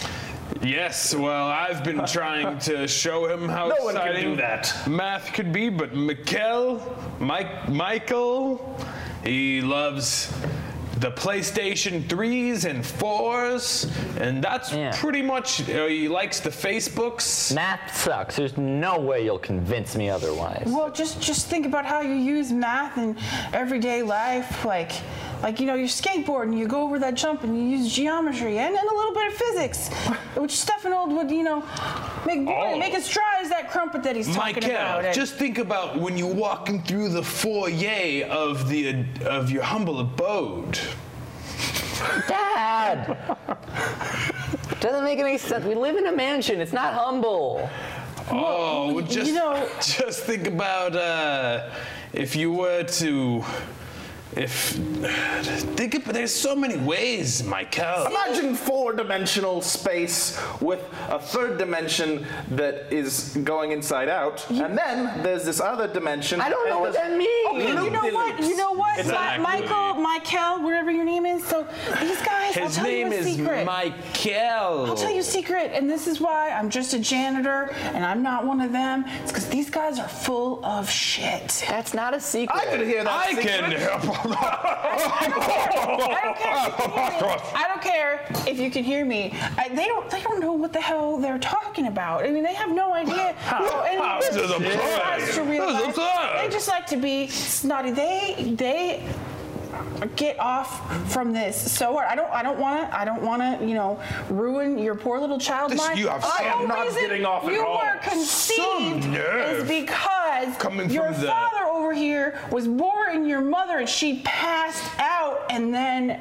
S1: Yes, well, I've been trying to show him how
S2: No one can
S1: exciting
S2: do that.
S1: math could be, but Mikel, Mike, Michael, he loves the PlayStation 3s and 4s, and that's
S10: Yeah.
S1: pretty much, uh, he likes the Facebooks.
S10: Math sucks. There's no way you'll convince me otherwise.
S4: Well, just just think about how you use math in everyday life, like like you know, you're skateboarding, you go over that jump, and you use geometry and, and a little bit of physics, which Stefan Old would you know make
S1: Oh.
S4: make as dry as that crumpet that he's talking about.
S1: Michael,
S4: And-
S1: just think about when you're walking through the foyer of the of your humble abode.
S10: Dad! Doesn't make any sense. We live in a mansion. It's not humble.
S1: Oh, just
S4: know-
S1: just think about uh, if you were to. If think of, there's so many ways, Michael.
S2: Imagine four dimensional space with a third dimension that is going inside out, and then there's this other dimension.
S10: I don't know what that means.
S4: And you know what? You know what? My,
S1: Exactly.
S4: Michael, Michael, whatever your name is. So these guys, I'll
S1: His
S4: tell
S1: name
S4: you a
S1: is
S4: secret.
S1: Michael.
S4: I'll tell you a secret, and this is why I'm just a janitor and I'm not one of them. It's because these guys are full of shit.
S10: That's not a secret.
S2: I could hear that.
S1: I can
S4: I don't care. if you can hear me. I don't care if you can hear me. I, they don't. They don't know what the hell they're talking about. I mean, they have no idea. No, and
S1: How to the
S4: they're
S1: point.
S4: surprised to
S1: This is
S4: realize.
S1: absurd.
S4: They just like to be snotty. They they get off from this so hard. I don't. I don't want to. I don't want to. You know, ruin your poor little child
S1: This-
S4: life.
S1: you have
S4: The
S1: some- I am
S4: whole
S2: not
S4: reason
S2: getting off at
S4: You
S2: all.
S4: were
S1: Some
S4: conceived
S1: nerve
S4: is because
S1: coming
S4: your
S1: from the-
S4: father over over here, was born your mother, and she passed out, and then.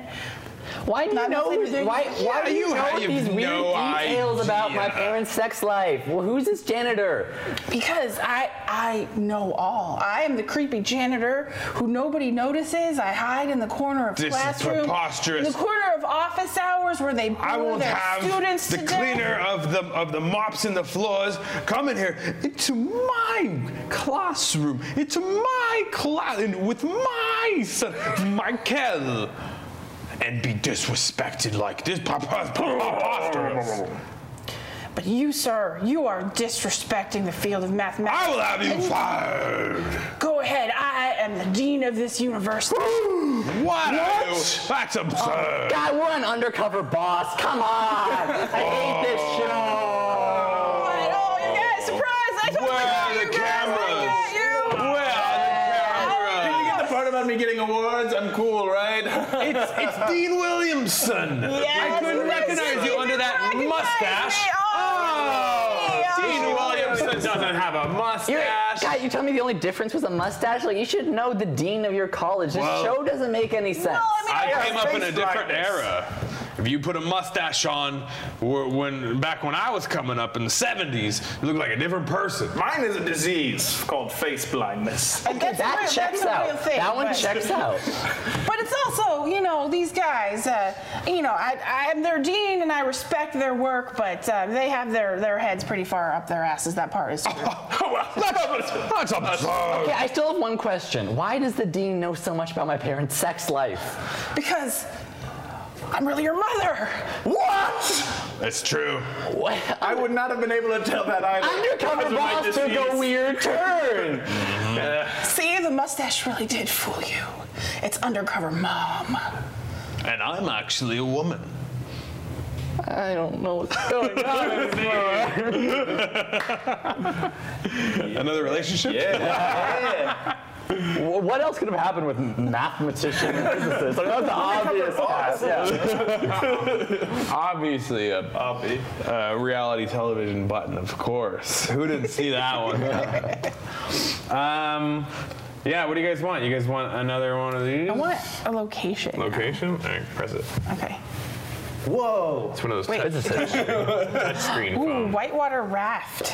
S10: Why do you
S4: Not
S10: know?
S4: only did
S10: Why,
S4: they-
S10: why do you,
S1: you
S10: know
S1: have
S10: these weird
S1: no
S10: details about my
S1: idea.
S10: parents' sex life? Well, who's this janitor?
S4: Because I I know all. I am the creepy janitor who nobody notices. I hide in the corner of
S1: This is
S4: classroom,
S1: preposterous.
S4: in the corner of office hours where they
S1: I
S4: bore
S1: won't
S4: their
S1: have
S4: students
S1: the
S4: to
S1: cleaner
S4: death.
S1: of the of the mops and the floors come in here into my classroom, into my class, with my son Michael, and be disrespected like this. prepos- Preposterous!
S4: But you, sir, you are disrespecting the field of mathematics.
S1: I will have you
S4: And
S1: fired.
S4: Go ahead. I am the dean of this university.
S1: What? are you- That's absurd.
S10: God, we're an undercover boss. Come on! I hate this show.
S4: What? Oh, you guys, surprise! I totally
S1: Where
S4: got
S1: are
S4: you
S1: the
S4: guys. I
S1: cameras?
S4: got you.
S1: Where are the
S4: Did you get
S2: The part about me getting awards, I'm cool, right?
S1: It's, it's Dean Williamson. I
S4: Yes,
S1: couldn't
S4: yes,
S1: recognize
S4: yes,
S1: you
S4: you
S1: under
S4: did
S1: that
S4: recognize
S1: mustache.
S4: me.
S1: Oh,
S4: Oh,
S1: Dean
S4: oh.
S1: Williamson doesn't have a
S10: You're,
S1: mustache.
S10: God, you tell me the only difference was a mustache? Like, you should know the dean of your college. This
S1: Well-
S10: show doesn't make any sense.
S1: I
S4: I
S1: came
S4: mean,
S1: up in a
S2: face
S1: different
S2: brightness.
S1: era. If you put a mustache on, wh- when back when I was coming up in the '70s, you looked like a different person.
S6: Mine is a disease called face blindness.
S10: Okay,
S4: that's
S10: that
S4: real-
S10: checks
S4: that's a real
S10: out.
S4: thing,
S10: that one
S4: but-
S10: checks out.
S4: But it's also, you know, these guys. Uh, you know, I, I'm their dean, and I respect their work, but uh, they have their their heads pretty far up their asses. That part is. true.
S1: Oh, well, that's, that's absurd.
S10: Okay, I still have one question. Why does the dean know so much about my parents' sex life?
S4: because I'm really your mother.
S2: what?
S1: That's true.
S10: What?
S2: I would not have been able to tell that either.
S10: Undercover
S2: Because of my
S10: boss took a
S2: disease.
S10: weird turn.
S4: See, the mustache really did fool you. It's undercover mom.
S1: And I'm actually a woman.
S10: I don't know what's going on.
S1: Another relationship?
S10: Wh- what else could have happened with mathematician and physicist? I mean, that's the obvious path. Yeah.
S1: Obviously, a uh, reality television button, of course. Who didn't see that one? um, yeah, what do you guys want? You guys want another one of these?
S4: I want a location.
S1: Location? All right, press it.
S4: Okay.
S1: It's one of those touch,
S10: Physicist.
S1: touch screen
S4: Ooh,
S1: phones.
S4: whitewater raft.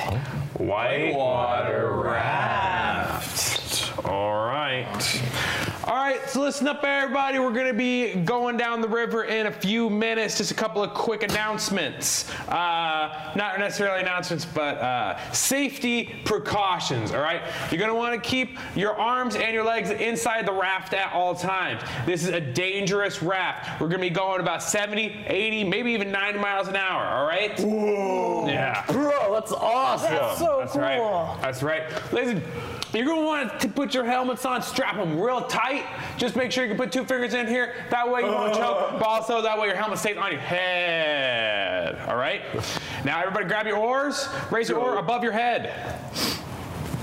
S1: Whitewater raft. All right. All right, so listen up, everybody. We're going to be going down the river in a few minutes. Just a couple of quick announcements. Uh, not necessarily announcements, but uh, safety precautions, all right? You're going to want to keep your arms and your legs inside the raft at all times. This is a dangerous raft. We're going to be going about 70, 80, maybe even 90 miles an hour, all right? Yeah.
S10: Bro, that's awesome.
S4: That's so
S1: That's
S4: cool.
S1: right. That's right. Listen, you're gonna want to put your helmets on, strap them real tight. Just make sure you can put two fingers in here. That way you won't choke, but also that way your helmet stays on your head. All right. Now everybody, grab your oars. Raise your oar above your head.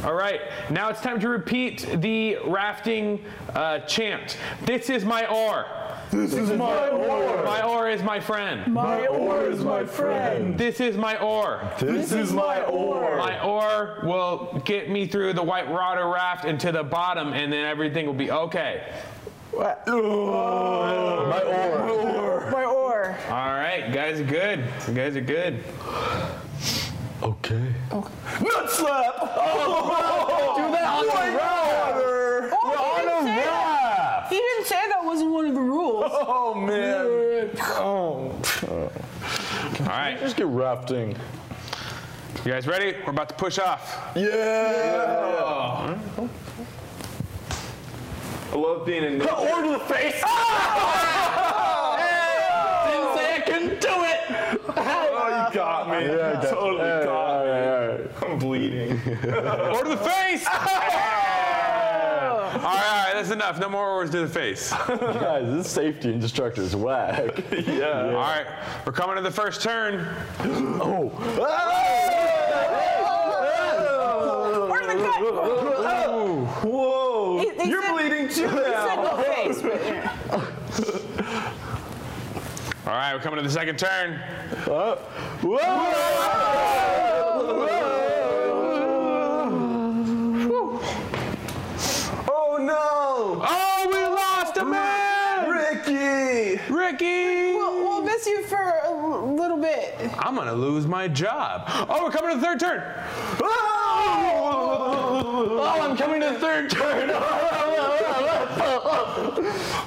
S1: All right, now it's time to repeat the rafting uh, chant. This is my oar. This is my oar. My oar is my friend.
S4: My oar is my friend.
S1: This is my oar.
S4: This is my oar.
S1: My oar will get me through the white water raft and to the bottom, and then everything will be okay.
S3: My oar.
S4: My oar.
S1: All right, you guys are good. You guys are good.
S3: Okay.
S2: Nut slap!
S10: Dude, that on the road.
S4: Oh, he didn't say that. He didn't say that wasn't one of the rules.
S2: Oh man.
S1: All right,
S3: Just get rafting.
S1: you guys ready? We're about to push off.
S2: I love being in
S3: Oh,
S10: Or to the face. Didn't say I couldn't do it.
S2: Oh, you got me.
S3: Yeah,
S2: you totally
S3: yeah,
S2: got
S3: all
S2: me.
S3: right, all right.
S2: I'm bleeding.
S1: Or to the face! all right, all right, that's enough. No more oars to the face. All
S3: Guys, this safety instructor is whack.
S1: right, we're coming to the first turn.
S4: Where's the cut?
S2: Whoa.
S4: He- he
S2: You're
S4: said-
S2: bleeding too
S4: He said
S2: now.
S4: no face, but yeah.
S1: All right, we're coming to the second turn.
S3: Oh,
S1: Oh, Ricky.
S4: We'll, we'll miss you for a little bit.
S1: I'm gonna lose my job. Oh, we're coming to the third turn.
S10: Oh, I'm coming to the third turn.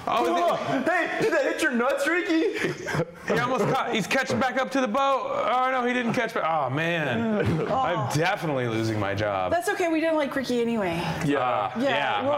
S1: Oh,
S3: Hey, did that hit your nuts, Ricky?
S1: he, he almost caught. He's catching back up to the boat. Oh no, he didn't catch back. Oh man, I'm definitely losing my job.
S4: That's okay. We didn't like Ricky anyway.
S1: Yeah, yeah.
S4: we'll-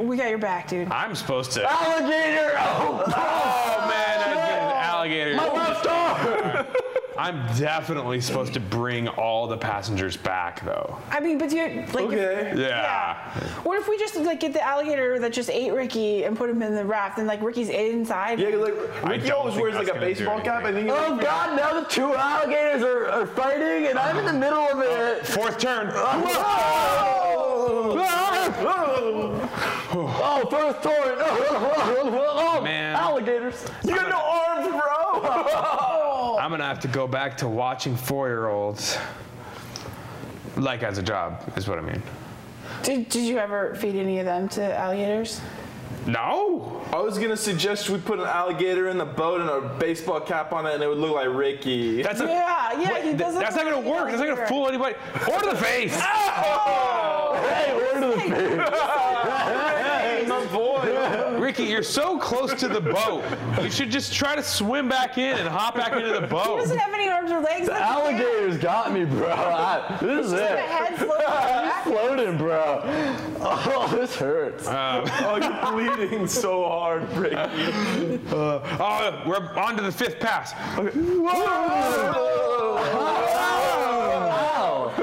S1: I,
S4: we got your back, dude.
S1: I'm supposed to.
S10: Alligator. Oh,
S1: Oh man, I did an alligator.
S10: my left arm.
S1: I'm definitely supposed to bring all the passengers back though.
S4: I mean, but you like.
S3: Okay.
S4: If, What if we just like get the alligator that just ate Ricky and put him in the raft, and like Ricky's inside?
S3: Yeah, like
S1: I
S3: Ricky
S1: don't
S3: always
S1: think
S3: wears
S1: that's
S3: like a
S1: gonna do
S3: baseball cap. I
S1: anything.
S3: think.
S10: Oh God! Now the two alligators are, are fighting, and I'm in the middle of it.
S1: Fourth turn.
S10: Oh, oh first turn. Oh,
S1: Man.
S10: alligators.
S3: You got no arms, bro.
S1: I'm gonna have to go back to watching four-year-olds, like as a job, is what I mean.
S4: Did, did you ever feed any of them to alligators?
S1: No.
S3: I was gonna suggest we put an alligator in the boat and a baseball cap on it, and it would look like Ricky.
S1: That's a,
S4: Yeah, yeah, he
S1: th-
S4: doesn't
S1: That's not
S4: look
S1: gonna
S4: like an
S1: work. That's not gonna
S4: alligator.
S1: fool anybody. Or to the face.
S2: Ah!
S10: Hey, where do the
S3: my boy.
S1: Ricky, you're so close to the boat. You should just try to swim back in and hop back into the
S4: He
S1: boat.
S4: doesn't have any arms or legs. that's weird.
S10: alligators got me, bro? I- this is
S4: His
S10: it.
S4: head's floating
S10: I'm
S4: back.
S10: floating, bro. Oh, this hurts.
S3: oh, you're bleeding so hard, Ricky.
S1: Oh, we're on to the fifth pass.
S10: Ow.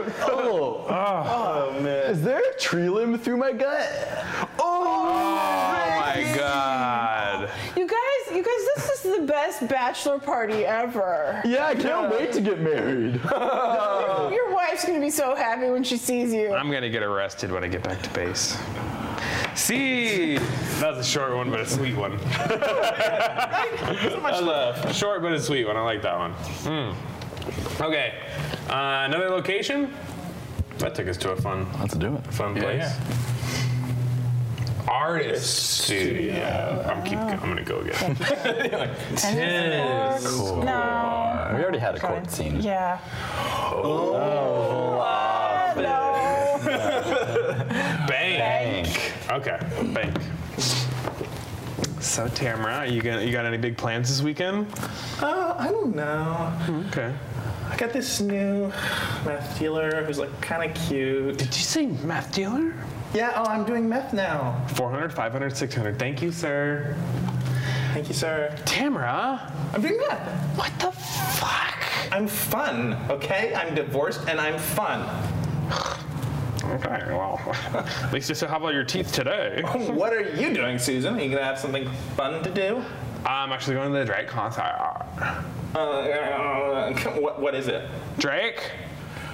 S10: Oh. Is there a tree limb through my gut?
S1: Oh my god.
S4: You guys, you guys, this is the best bachelor party ever.
S10: Yeah, I can't wait to get married.
S4: Your wife's gonna be so happy when she sees you.
S1: I'm gonna get arrested when I get back to base. See, that was a short one, but a sweet one. I love short but a sweet one. I like that one. Mm. Okay, uh, another location. That took us to a fun,
S10: Let's do it.
S1: fun place. Artist studio. I'm keep. I'm gonna go again.
S4: Tennis court. No.
S10: We already had a court scene.
S4: Yeah. Oh. no.
S1: Bank. Okay. Bank. So Tamara, you got you got any big plans this weekend?
S2: Uh, I don't know.
S1: Okay.
S2: I got this new meth dealer who's like kind of cute.
S1: Did you say meth dealer?
S2: Yeah, oh, I'm doing meth now.
S1: 400, 500, 600. Thank you, sir.
S2: Thank you, sir.
S1: Tamara,
S2: I'm doing meth.
S1: what the fuck?
S2: I'm fun, okay? I'm divorced and I'm fun.
S1: Okay, well, at least you still have all your teeth today.
S2: what are you doing, Susan? Are you gonna have something fun to do?
S1: I'm actually going to the Drake concert.
S2: Uh, uh, what, what is it?
S1: Drake?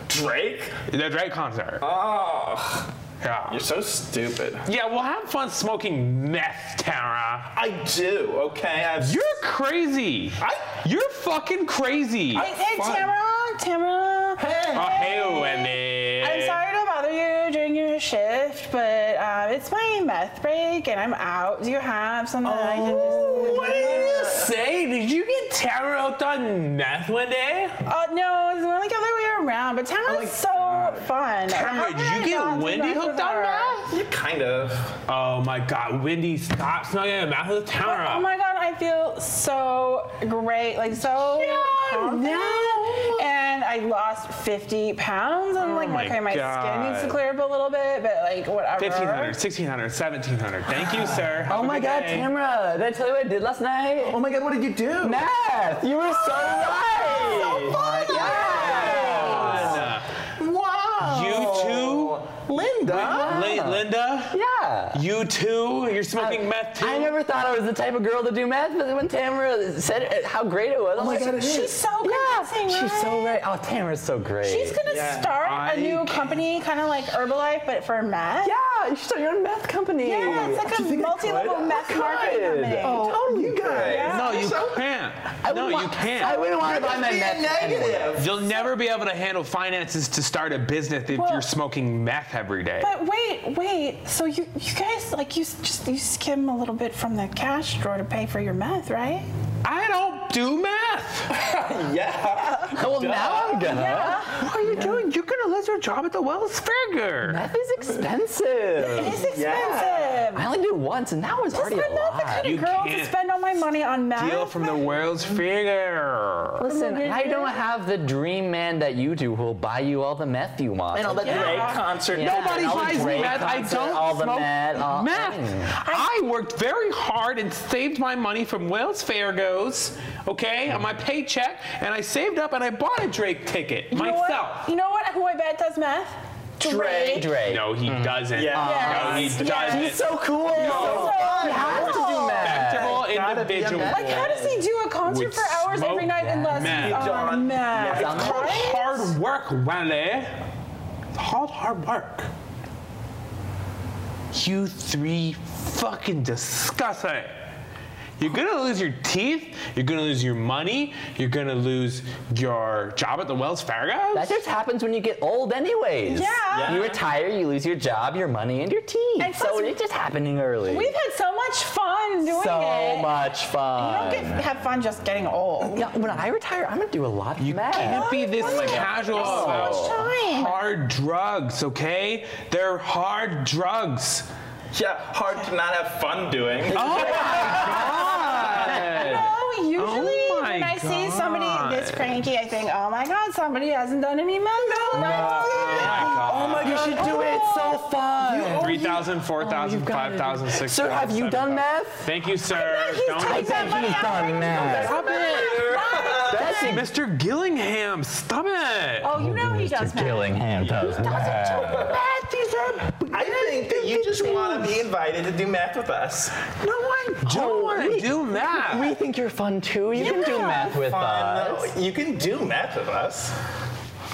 S2: Drake?
S1: The Drake concert.
S2: Oh,
S1: Yeah.
S2: you're so stupid.
S1: Yeah, we'll have fun smoking meth, Tamara.
S2: I do, okay? I've,
S1: You're crazy.
S2: I,
S1: You're fucking crazy.
S4: Hey, hey, Tamara, Tamara.
S1: Oh, hey, Wendy.
S4: I'm sorry to bother you during your shift, but uh, it's my meth break and I'm out. Do you have something I can just?
S1: Oh, What did you say? Did you get Tamara out on meth one day?
S4: Oh no, it's not like other way around. But
S1: Oh
S4: Tamara's so fun. How
S1: Tamara,
S4: could
S1: did
S4: I
S1: you get
S4: not do
S1: Wendy
S4: meth with
S1: hooked on
S4: her?
S1: meth?
S2: you kind of.
S1: Oh my god, Wendy, stop snuggling meth with Tamara.
S4: Oh my god, I feel so great, like so confident. And I lost 50 pounds. I'm like,
S1: Oh my
S4: okay, my skin needs to
S1: God.
S4: clear up a little bit, but like whatever.
S1: 1500, 1600, 1700. Thank you, sir. Have a
S10: Oh my
S1: good
S10: god,
S1: day.
S10: Tamara! Did I tell you what I did last night?
S3: Oh my god, what did you do?
S10: Math! You were so right!
S1: uh, You
S10: Linda!
S1: too? Li- Linda?
S10: Yeah!
S1: You too? You're smoking meth too?
S10: I never thought I was the type of girl to do math, but when Tamara said it, how great it was, oh I'm
S3: my
S10: like,
S3: God, it
S4: She's so
S10: yeah,
S4: convincing,
S10: she's
S4: right?
S10: so right. Oh, Tamara's so great.
S4: She's gonna start a
S1: I
S4: new company, kind of like Herbalife, but for meth.
S10: yeah, you should start your own math
S4: company. Yeah, it's like a multi-level mass marketing company.
S14: Oh, totally. You guys.
S1: No, you can't. no, you can't.
S10: I wouldn't want to buy
S14: Just
S10: my
S14: being
S10: meth.
S14: negative.
S1: You'll never be able to handle finances to start a business if
S4: Well-
S1: you're smoking meth every day.
S4: But wait, wait. So you you guys like you s- just you skim a little bit from the cash drawer to pay for your meth, right?
S1: I don't do meth.
S10: Well, now I'm gonna.
S1: What are you doing? You're gonna lose your job at the Wells Fargo.
S10: Meth is expensive.
S4: It's expensive.
S10: I only did once, and that was
S4: Just
S10: already a
S4: I'm not the
S10: lot.
S4: kind of girl to
S1: can't
S4: spend all my money on meth.
S1: Deal from the Wells Fargo.
S10: Listen,
S4: Remember
S10: I
S4: that?
S10: don't have the dream man that you do who'll buy you all the meth you want.
S14: And all that
S4: Yeah.
S14: great concert.
S10: Yeah.
S1: Nobody
S10: All the
S1: buys me
S10: Drake
S1: meth. I
S10: concert,
S1: don't
S10: all the
S1: smoke
S10: meth, all-
S1: meth. Uh,
S10: Mm.
S1: I worked very hard and saved my money from Wells Fargo's, okay, on my paycheck, and I saved up and I bought a Drake ticket
S4: You know what?
S1: myself.
S4: You know what? Who I bet does meth? Dre.
S10: Drake.
S1: No, he doesn't.
S4: Yes.
S1: No, he
S4: Yes.
S1: doesn't.
S10: He's so cool.
S4: So,
S1: Oh,
S10: has to do meth.
S1: Respectable
S14: Gotta be a
S1: individual.
S14: meth
S4: Like, how does he do a concert
S1: Would
S4: for hours every
S1: smoke
S4: night unless he's
S1: meth.
S4: on meth?
S10: It's
S1: Called
S4: Right?
S1: hard work, Wally. It's called hard work. You three fucking disgusting. You're gonna lose your teeth. You're gonna lose your money. You're gonna lose your job at the Wells Fargo.
S10: That just happens when you get old, anyways.
S4: Yeah. Yeah.
S10: You retire, you lose your job, your money, and your teeth.
S4: And
S10: so
S4: plus-
S10: it's just happening early.
S4: We've had so much fun doing
S10: so
S4: it.
S10: much
S4: You don't
S10: fun.
S4: get have fun just getting old.
S10: No, when I retire, I'm gonna do a lot of meth.
S1: Can't be this casual about
S4: time.
S1: hard drugs, okay? They're hard drugs.
S2: Yeah, hard to not have fun doing.
S4: No, usually
S1: Oh my
S4: when I see somebody
S1: God.
S4: this cranky, I think, oh my god, somebody hasn't done any meth.
S1: Oh
S4: in a long time."
S10: Oh my god, you should do it. It's so fun.
S1: 3,000, 4,000,
S10: Oh, you've got it.
S1: 5,000, 6,000.
S10: Sir, have you done
S1: 7,000.
S10: meth?
S1: Thank you, sir.
S4: He's
S1: Don't
S4: taking that money
S10: He's
S4: out.
S10: done meth.
S1: stop it.
S10: That's it.
S1: Mr. Gillingham, stop it.
S4: Oh, you know he does meth.
S3: Gillingham does meth.
S14: I think that you just want to be invited to do math with us.
S1: No, I
S10: Oh,
S1: don't want
S10: we-
S1: to do that.
S10: We think you're fun too. You can do meth with
S14: Fun.
S10: us.
S14: You can do math with us.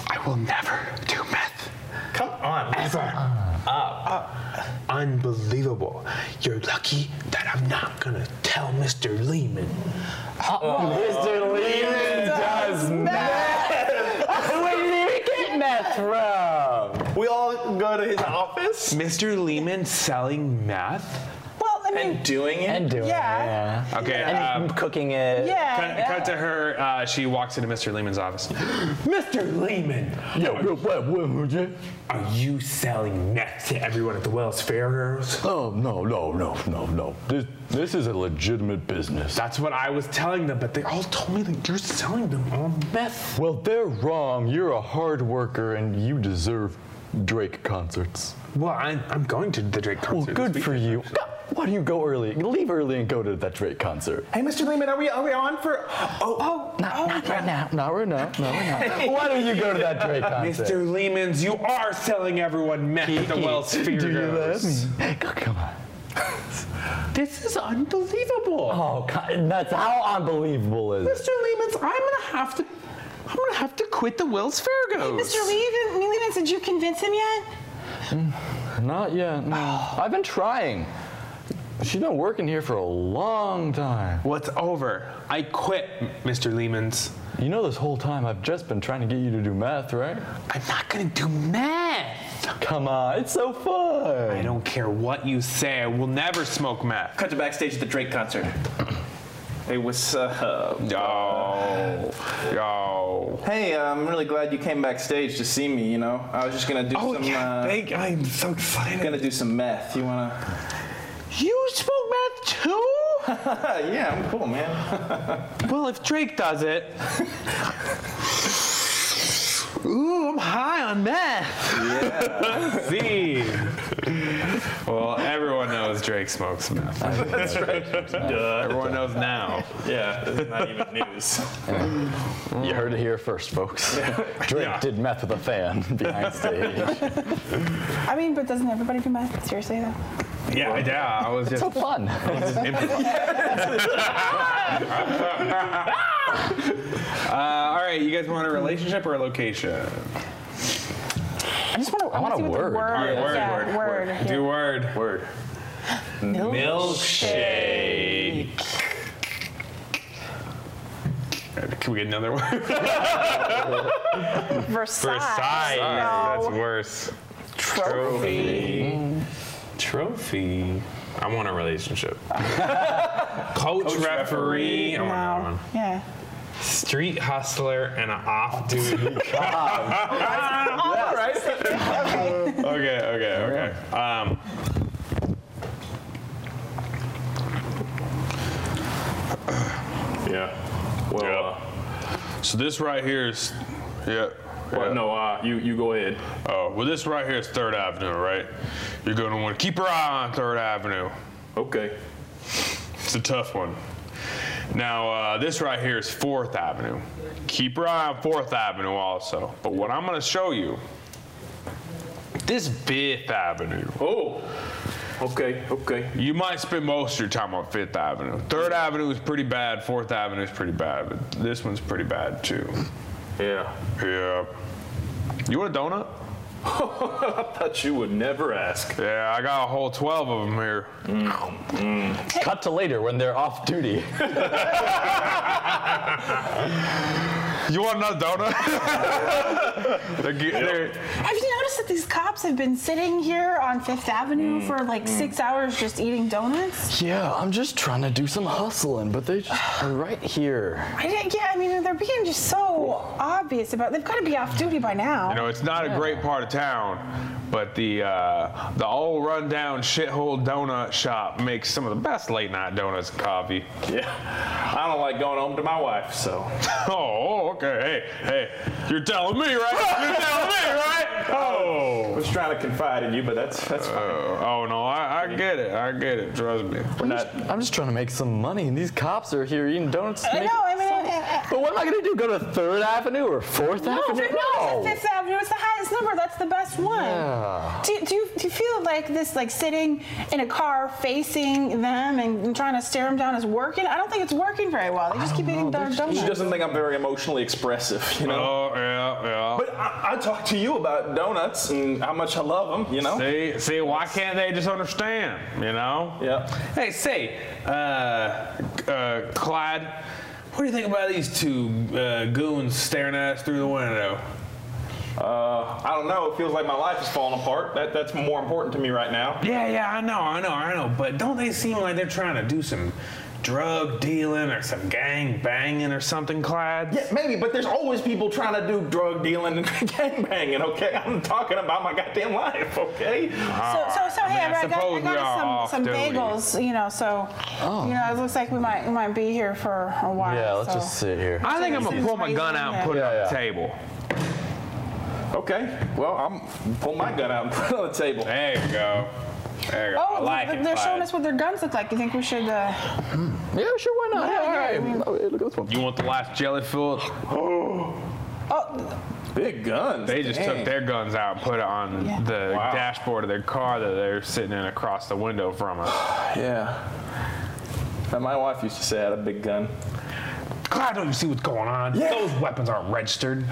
S1: I will never do meth.
S14: Come on.
S1: Unbelievable. You're lucky that I'm not going to tell Mr. Lehman. Oh,
S10: Mr. Oh, Lehman does meth. Where did he get meth from?
S14: We all go to his office
S1: Mr. Lehman selling meth?
S4: Well, I mean,
S14: and doing it.
S10: And doing
S4: Yeah.
S10: it.
S1: Okay.
S10: Yeah. And
S1: um,
S10: cooking it.
S4: yeah.
S1: Cut,
S4: yeah.
S1: cut to her. Uh, she walks into Mr. Lehman's office.
S3: Mr. Lehman. Yo, yo, what, what, would you?
S1: Are you selling meth to everyone at the Wells Fargo's?
S3: Oh, no, no, no, no, no. This, this is a legitimate business.
S1: That's what I was telling them, but they all told me that you're selling them all meth.
S3: Well, they're wrong. You're a hard worker and you deserve Drake concerts.
S1: Well, I'm, I'm going to the Drake concert.
S3: Well,
S1: this
S3: good for
S1: weekend,
S3: you.
S1: actually.
S3: Why don't you go early? Leave early and go to that Drake concert.
S14: Hey, Mr. Lehman, are we are we on for? Oh, oh,
S10: Not, not right now.
S3: No, we're not. No, we're not. Why don't you go to that Drake concert?
S1: Mr. Lehman's, you are selling everyone meth at the Wells
S3: Do you love
S1: Fargo's.
S3: me? Go- Come on.
S1: This is unbelievable.
S3: Oh, God, that's how unbelievable is it?
S1: Mr. Lehman's, I'm gonna have to, I'm gonna have to quit the Wells Fargo's.
S4: Mr. Lehman, Lehman, did you convince him yet?
S3: Not yet. No. I've been trying. She's been working here for a long time.
S1: What's over? I quit, Mr. Lehman's.
S3: You know, this whole time I've just been trying to get you to do math, right?
S1: I'm not gonna do meth.
S3: Come on, it's so
S1: I
S3: fun.
S1: don't care what you say. I will never smoke meth.
S2: Cut to backstage at the Drake concert. It was. Uh,
S1: Yo, yo.
S2: hey, uh, I'm really glad you came backstage to see me. You know, I was just gonna do
S1: Oh,
S2: some. uh,
S1: I'm so excited.
S2: gonna do some meth. You wanna?
S1: You smoke meth too?
S2: Uh, yeah, I'm cool, man.
S1: Well, if Drake does it. Ooh, I'm high on meth.
S15: Z. well, everyone knows Drake smokes meth. That's right. Everyone knows now.
S2: Yeah, this is not even news.
S3: You heard it here first, folks. Drake did meth with a fan behind stage.
S4: I mean, but doesn't everybody do meth? Seriously, though.
S15: Yeah, yeah. I was just.
S3: so fun.
S15: Uh, all right, you guys want a relationship or a location?
S3: I just want to. I want
S4: See
S3: a
S4: what the
S3: word.
S15: All right, word,
S4: yeah,
S15: word,
S4: word.
S15: Do word.
S2: Word.
S16: Milkshake.
S1: Can we get another one?
S4: Versailles.
S1: Versailles.
S4: No.
S1: That's worse.
S4: Trophy.
S1: Trophy. I want a relationship.
S16: Coach, referee.
S1: I want another one.
S4: Yeah.
S1: Street hustler and an off dude.
S4: All right.
S1: okay, okay, okay. Um,
S8: Yeah. Well,
S1: yeah. So this right here is, yeah.
S8: uh, well,
S1: yeah.
S8: no, uh, you, you go ahead.
S1: Oh, well, this right here is Third Avenue, right? You're going to want to keep your eye on Third Avenue.
S8: Okay.
S1: It's a tough one. Now, uh, this right here is Fourth Avenue. Keep your eye on Fourth Avenue also. But what I'm going to show you, this Fifth Avenue.
S8: Oh. Okay, okay.
S1: You might spend most of your time on Fifth Avenue. Third Avenue is pretty bad. Fourth Avenue is pretty bad. But this one's pretty bad too.
S8: Yeah.
S1: Yeah. You want a donut?
S8: I thought you would never ask.
S1: Yeah, I got a whole 12 of them here.
S3: Cut to later when they're off duty.
S1: You want another donut? they're, ge- they're,
S4: I've noticed that these cops have been sitting here on Fifth Avenue for like six hours just eating donuts.
S3: yeah, I'm just trying to do some hustling, but they just are right here.
S4: I didn't, yeah, I mean, they're being just so obvious about They've got to be off duty by now.
S1: You know, it's not a great part of town, but the uh, the old rundown shithole donut shop makes some of the best late night donuts and coffee.
S8: Yeah. I don't like going home to my wife, so.
S1: oh, okay. Hey, hey, you're telling me, right? You're telling me, right?
S8: I
S1: Oh.
S8: was trying to confide in you, but that's that's fine.
S16: Uh,
S1: Oh, oh, no, I, I get it. I get it. Trust me.
S8: We're not.
S3: I'm just trying to make some money, and these cops are here eating donuts. to
S4: I
S3: make-
S4: know, I mean, I- I-
S3: But what am I gonna do? Go to Third Avenue or Fourth
S4: no,
S3: Avenue?
S4: it's no, it's the Fifth Avenue. It's the highest number. That's the best one.
S3: Yeah.
S4: Do, do, you, do you feel like this, like sitting in a car facing them and, and trying to stare them down is working? I don't think it's working very well. They just keep eating their donuts.
S2: She doesn't think I'm very emotionally expressive, you know.
S1: Oh, yeah, yeah.
S2: But I, I talk to you about donuts and how much I love them, you know.
S1: See, see, why can't they just understand? You know?
S2: Yeah.
S16: Hey, say, uh, uh, Clyde, what do you think about these two uh, goons staring at us through the window?
S2: Uh, I don't know. It feels like my life is falling apart. That that's more important to me right now.
S16: Yeah, yeah, I know, I know, I know. But don't they seem like they're trying to do some drug dealing or some gang banging or something, Clyde?
S2: Yeah, maybe, but there's always people trying to do drug dealing and gangbanging, okay? I'm talking about my goddamn life, okay?
S4: So, so, so hey,
S1: mean, I
S4: I, got, I
S1: suppose we
S4: got
S1: are
S4: us
S1: off
S4: some, some
S1: duty.
S4: bagels, you know, so, you know, it looks like we might, we might be here for a while.
S3: Oh. Yeah, let's
S4: so.
S3: just sit here.
S1: I think I'm gonna pull my gun out and put it
S3: Yeah,
S1: on the
S3: yeah.
S1: table.
S2: Okay, well, I'm pull my gun out and put it on the table.
S1: There you go. There you go. I
S4: Oh,
S1: like
S4: they're,
S1: it.
S4: they're
S1: Clyde.
S4: showing us what their guns look like. You think we should, uh,
S3: Hmm. Yeah, sure, why not?
S4: Yeah, yeah, I
S3: Yeah,
S4: mean-
S3: all right. Oh, hey, Look at this one.
S1: You want the last jelly filled?
S4: oh,
S2: Big guns.
S1: They just
S2: dang.
S1: took their guns out and put it on
S4: Yeah.
S1: the
S2: Wow.
S1: dashboard of their car that they're sitting in across the window from us.
S2: Yeah. Now, my wife used to say I had a big gun.
S16: Clyde, don't you see what's going on?
S2: Yeah.
S16: Those weapons aren't registered.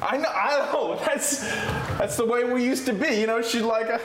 S2: I know, I know. That's that's the way we used to be. You know, she'd like, a,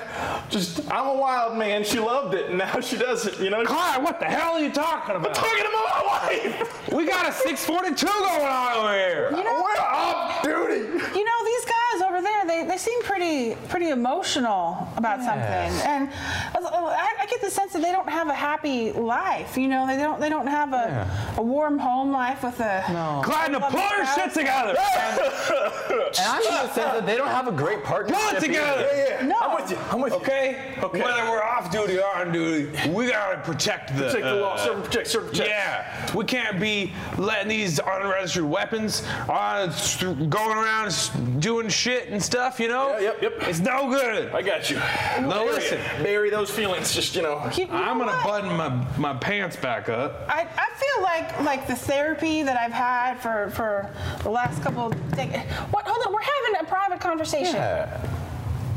S2: just I'm a wild man. She loved it, and now she doesn't. You know,
S16: Clyde, what the hell are you talking about?
S2: talking about my wife.
S16: we got a 642 going on over here.
S4: you know,
S2: We're off duty.
S4: you know, these guys over there, they, they seem pretty pretty emotional about something, and uh, I, I get the sense that they don't have a happy life. You know, they don't they don't have a, a warm home life with a. No.
S16: Clyde, now pull your shit together.
S3: And I'm gonna say that they don't have a great partnership.
S16: Pull it together.
S2: Yeah,
S4: No.
S2: I'm with you. I'm with you.
S16: Okay?
S2: Okay.
S16: Whether we're off duty or on duty, we gotta protect the.
S2: Protect the law.
S16: uh,
S2: Serve, protect. Serve, protect.
S16: Yeah, we can't be letting these unregistered weapons
S1: uh,
S16: on st- going around s- doing shit and stuff. You know?
S2: Yeah, yep, yep.
S16: It's no good.
S2: I got you.
S16: Now listen,
S2: Bury those feelings. Just you know.
S4: You- you
S1: I'm
S4: know
S1: gonna
S4: what?
S1: button my, my pants back up.
S4: I, I feel like like the therapy that I've had for for the last couple. Of days. What? Hold on, we're having a private conversation.
S3: Yeah.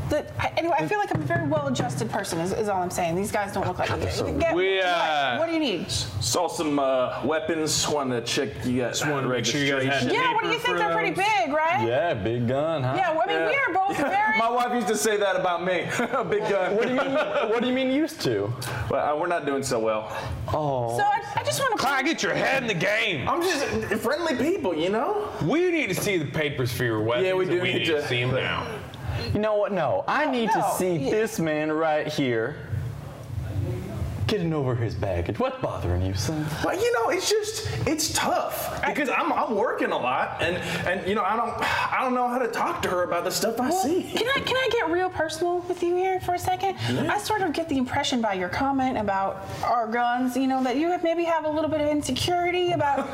S4: the, I- anyway, I feel like I'm a very well-adjusted person. Is, is all I'm saying. These guys don't look like Get-
S2: We,
S4: what?
S2: uh,
S4: what do you need?
S2: Saw some uh, weapons. Just wanted to check you guys. Just wanted to make sure you guys
S4: Yeah, what do you think? They're pretty big, right?
S3: Yeah, big gun, huh?
S4: Yeah, well, I mean, we are both very-
S2: My wife used to say that about me. A big gun.
S3: What do you mean? What do you mean used to?
S2: Well, uh, we're not doing so well.
S3: Oh.
S4: So I, I just want to.
S1: Clyde, get your head in the game.
S2: I'm just friendly people, you know.
S1: We need to see the papers for your weapons.
S2: Yeah, we do
S1: and we
S2: need
S1: need to
S2: to-
S1: see them now.
S3: You know what? No, I need
S4: no.
S3: to see this man right here getting over his baggage. What bothering you, son?
S2: But you know, it's just it's tough because I'm, I'm working a lot, and and you know I don't I don't know how to talk to her about the stuff I
S4: Well,
S2: see.
S4: Can I can I get real personal with you here for a second? I sort of get the impression by your comment about our guns, you know, that you have maybe have a little bit of insecurity about,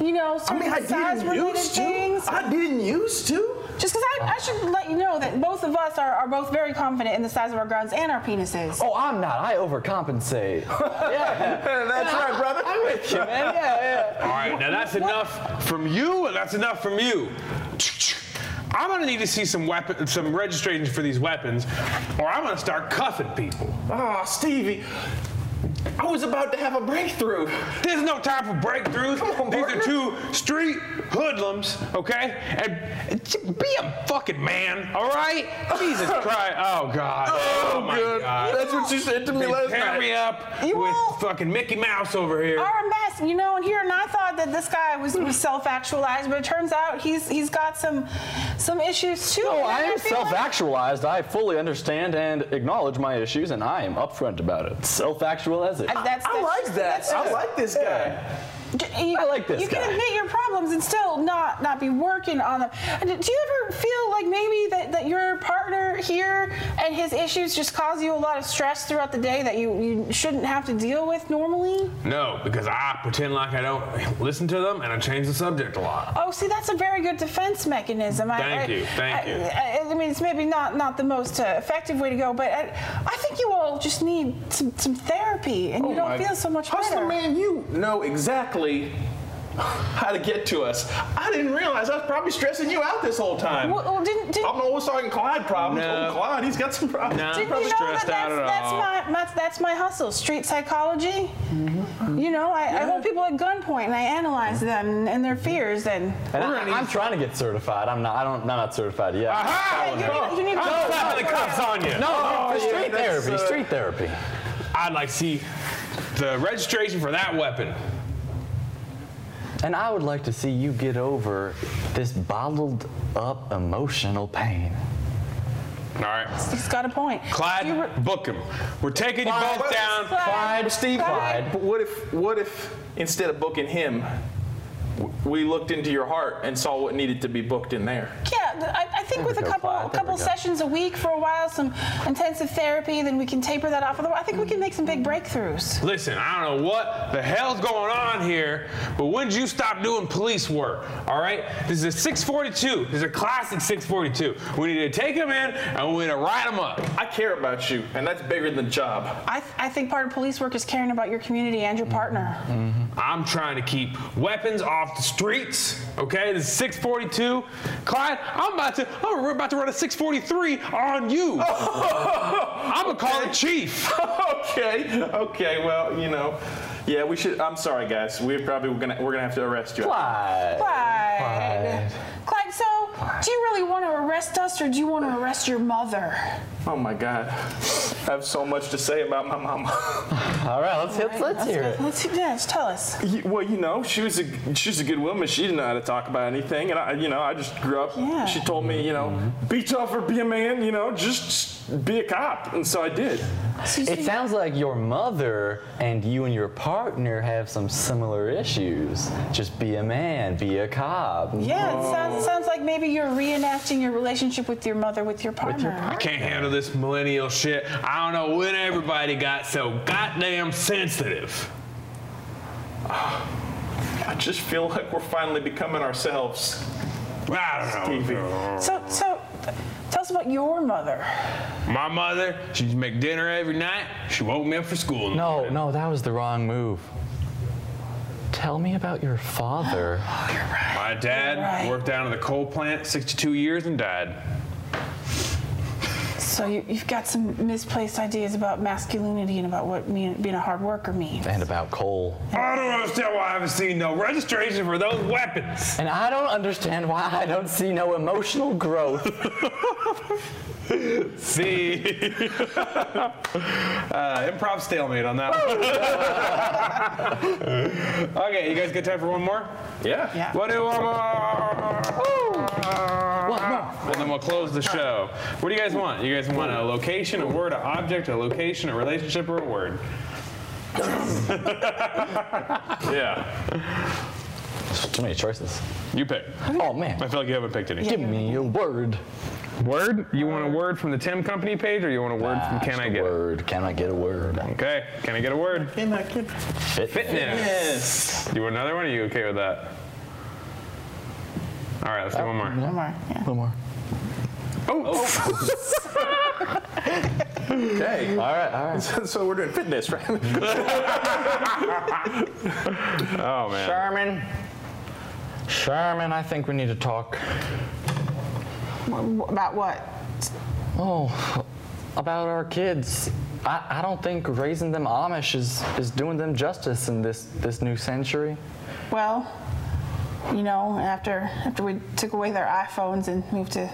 S4: you know,
S2: I
S4: certain
S2: mean, I
S4: size
S2: didn't
S4: related
S2: used to.
S4: things.
S2: I didn't used to.
S4: Just because I, I should let you know that both of us are, are both very confident in the size of our guns and our penises.
S3: Oh, I'm not. I overcompensate. yeah,
S2: That's right, brother.
S3: I'm with you, man. Yeah,
S1: All right, now that's enough from you, and that's enough from you. I'm gonna need to see some weapon, some registration for these weapons, or I'm gonna start cuffing people.
S2: Ah, Stevie, I was about to have a breakthrough.
S1: There's no time for breakthroughs. These are two street hoodlums, okay? And j- be a fucking man, all right? Jesus Christ! Oh God! Oh, my
S2: good.
S1: God!
S2: That's what she said to me
S1: They
S2: last
S1: pair
S2: night.
S1: me up
S4: You
S1: with
S4: won't-
S1: fucking Mickey Mouse over here.
S4: Our mess, you know, and here, and I thought that this guy was, was self-actualized, but it turns out he's he's got some some issues too.
S3: No,
S4: and
S3: I am
S4: feel like-
S3: self-actualized. I fully understand and acknowledge my issues, and I am upfront about it. Self-actual as it.
S4: I- That's,
S2: I
S4: that's-
S2: like that.
S4: that's-
S2: I like this guy.
S4: D- You,
S3: I like this
S4: You
S3: guy.
S4: can admit your problems and still not not be working on them. And do you ever feel like maybe that, that your partner here and his issues just cause you a lot of stress throughout the day that you, you shouldn't have to deal with normally?
S1: No, because I pretend like I don't listen to them, and I change the subject a lot.
S4: Oh, see, that's a very good defense mechanism. I,
S1: Thank you, thank
S4: I,
S1: you.
S4: I, I mean, it's maybe not not the most uh, effective way to go, but I, I think you all just need some, some therapy, and you don't feel so much
S2: Hustler
S4: better.
S2: man, you know exactly how to get to us. I didn't realize I was probably stressing you out this whole time.
S4: Well, well, didn't, didn't,
S2: I'm always talking Clyde problems.
S17: No.
S2: Oh, Clyde, he's got some problems.
S17: No.
S4: Didn't
S17: probably
S4: you know that
S17: stressed out
S4: that's,
S17: at
S4: that's
S17: all.
S4: my, my that's my hustle, street psychology. You know, I, I hold people at gunpoint and I analyze them and their fears and.
S3: and I, am trying to get certified. I'm not. I don't. I'm not certified yet.
S1: Uh-huh.
S4: Hey, you need- you need to-
S1: I'm slapping the cops on you.
S3: No,
S2: Oh,
S3: street
S2: yeah, that's,
S3: therapy.
S2: uh,
S3: Street therapy.
S1: I'd like to see the registration for that weapon.
S3: And I would like to see you get over this bottled up emotional pain.
S1: All right,
S4: He's got a point.
S1: Clyde,
S4: You were-
S1: book him. We're taking you both down.
S3: Clyde, Steve, Clyde.
S2: But what if, what if instead of booking him, w- we looked into your heart and saw what needed to be booked in there?
S4: Yeah, th- I, I think
S3: we
S4: with a
S3: go,
S4: couple
S3: Clyde, there we
S4: couple
S3: go.
S4: sessions a week for a while, some intensive therapy, then we can taper that off. Otherwise, I think we can make some big breakthroughs.
S1: Listen, I don't know what the hell's going on here, but when did you stop doing police work? All right, this is a 642. This is a classic 642. We need to take him in and we need to ride him up.
S2: I care about you, and that's bigger than the job.
S4: I, th- I think part of police work is caring about your community and your
S3: Mm-hmm.
S4: partner.
S1: I'm trying to keep weapons off the streets. Okay, this is 642. Clyde, I'm about to I'm about to run a 643 on you. I'm gonna call the chief.
S2: okay, okay, well, you know. Yeah, we should. I'm sorry, guys. We're probably gonna we're gonna have to arrest you.
S3: Clyde.
S4: Clyde.
S3: Clyde.
S4: Clyde, so do you really want to arrest us or do you want to arrest your mother?
S2: Oh my God, I have so much to say about my mama.
S3: All right, let's let's, let's hear it.
S4: Let's, yes, tell us.
S2: You- well, you know, she was a she's a good woman. She didn't know how to talk about anything, and I, you know, I just grew up.
S4: Yeah.
S2: She told me, you know, be tough or be a man. You know, just be a cop, and so I did.
S4: So you
S3: It
S4: think-
S3: sounds like your mother and you and your partner have some similar issues. Just be a man, be a cop.
S4: yeah, it sounds, sounds like maybe you're reenacting your relationship with your mother with your partner.
S1: I can't handle this millennial shit. I don't know when everybody got so goddamn sensitive.
S2: I just feel like we're finally becoming ourselves.
S1: I don't know.
S2: Stevie.
S4: So, so th- tell us about your mother.
S1: My mother, she'd make dinner every night. She woke me up for school.
S3: No, no, that was the wrong move. Tell me about your father.
S1: My dad
S4: Right.
S1: worked down in the coal plant 62 years and died.
S4: So you, you've got some misplaced ideas about masculinity and about what mean, being a hard worker means.
S3: And about coal.
S18: I don't understand why I haven't seen no registration for those weapons.
S3: And I don't understand why I don't see no emotional growth.
S1: See, uh, improv stalemate on that one. okay, you guys got time for one more?
S8: Yeah.
S4: Yeah.
S1: What do one more? And then we'll close the show. What do you guys want? You guys want a location, a word, an object, a location, a relationship, or a word? yeah.
S3: Too many choices.
S1: You pick.
S3: Oh man.
S1: I feel like you haven't picked any.
S3: Give me a word.
S1: Word? You want a word from the Tim Company page, or you want a word from Can I Get It?
S3: Word. Can I get a word?
S1: Okay. Can I get a word?
S19: Hey, my kid.
S3: Fit.
S1: Fitness. Do you want another one? Or are you okay with that? All right. Let's do one more.
S4: One more. Yeah.
S3: No more.
S8: Okay.
S3: All right. All right.
S8: so we're doing fitness, right?
S1: Oh man.
S3: Sherman. Sherman, I think we need to talk.
S4: Wh- wh- About what?
S3: Oh, about our kids. I, I don't think raising them Amish is, is doing them justice in this, this new century.
S4: Well, you know, after after we took away their iPhones and moved to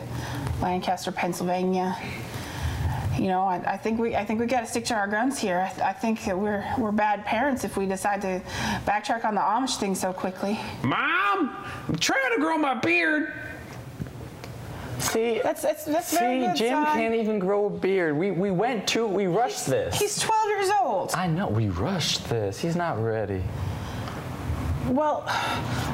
S4: Lancaster, Pennsylvania, you know, I, I think we I think we got to stick to our guns here. I, I think that we're we're bad parents if we decide to backtrack on the Amish thing so quickly.
S18: Mom, I'm trying to grow my beard.
S3: See,
S4: That's that's that's very
S3: see,
S4: good.
S3: Jim
S4: son.
S3: can't even grow a beard. We, we went to, we rushed this.
S4: He's 12 years old.
S3: I know, we rushed this. He's not ready.
S4: Well,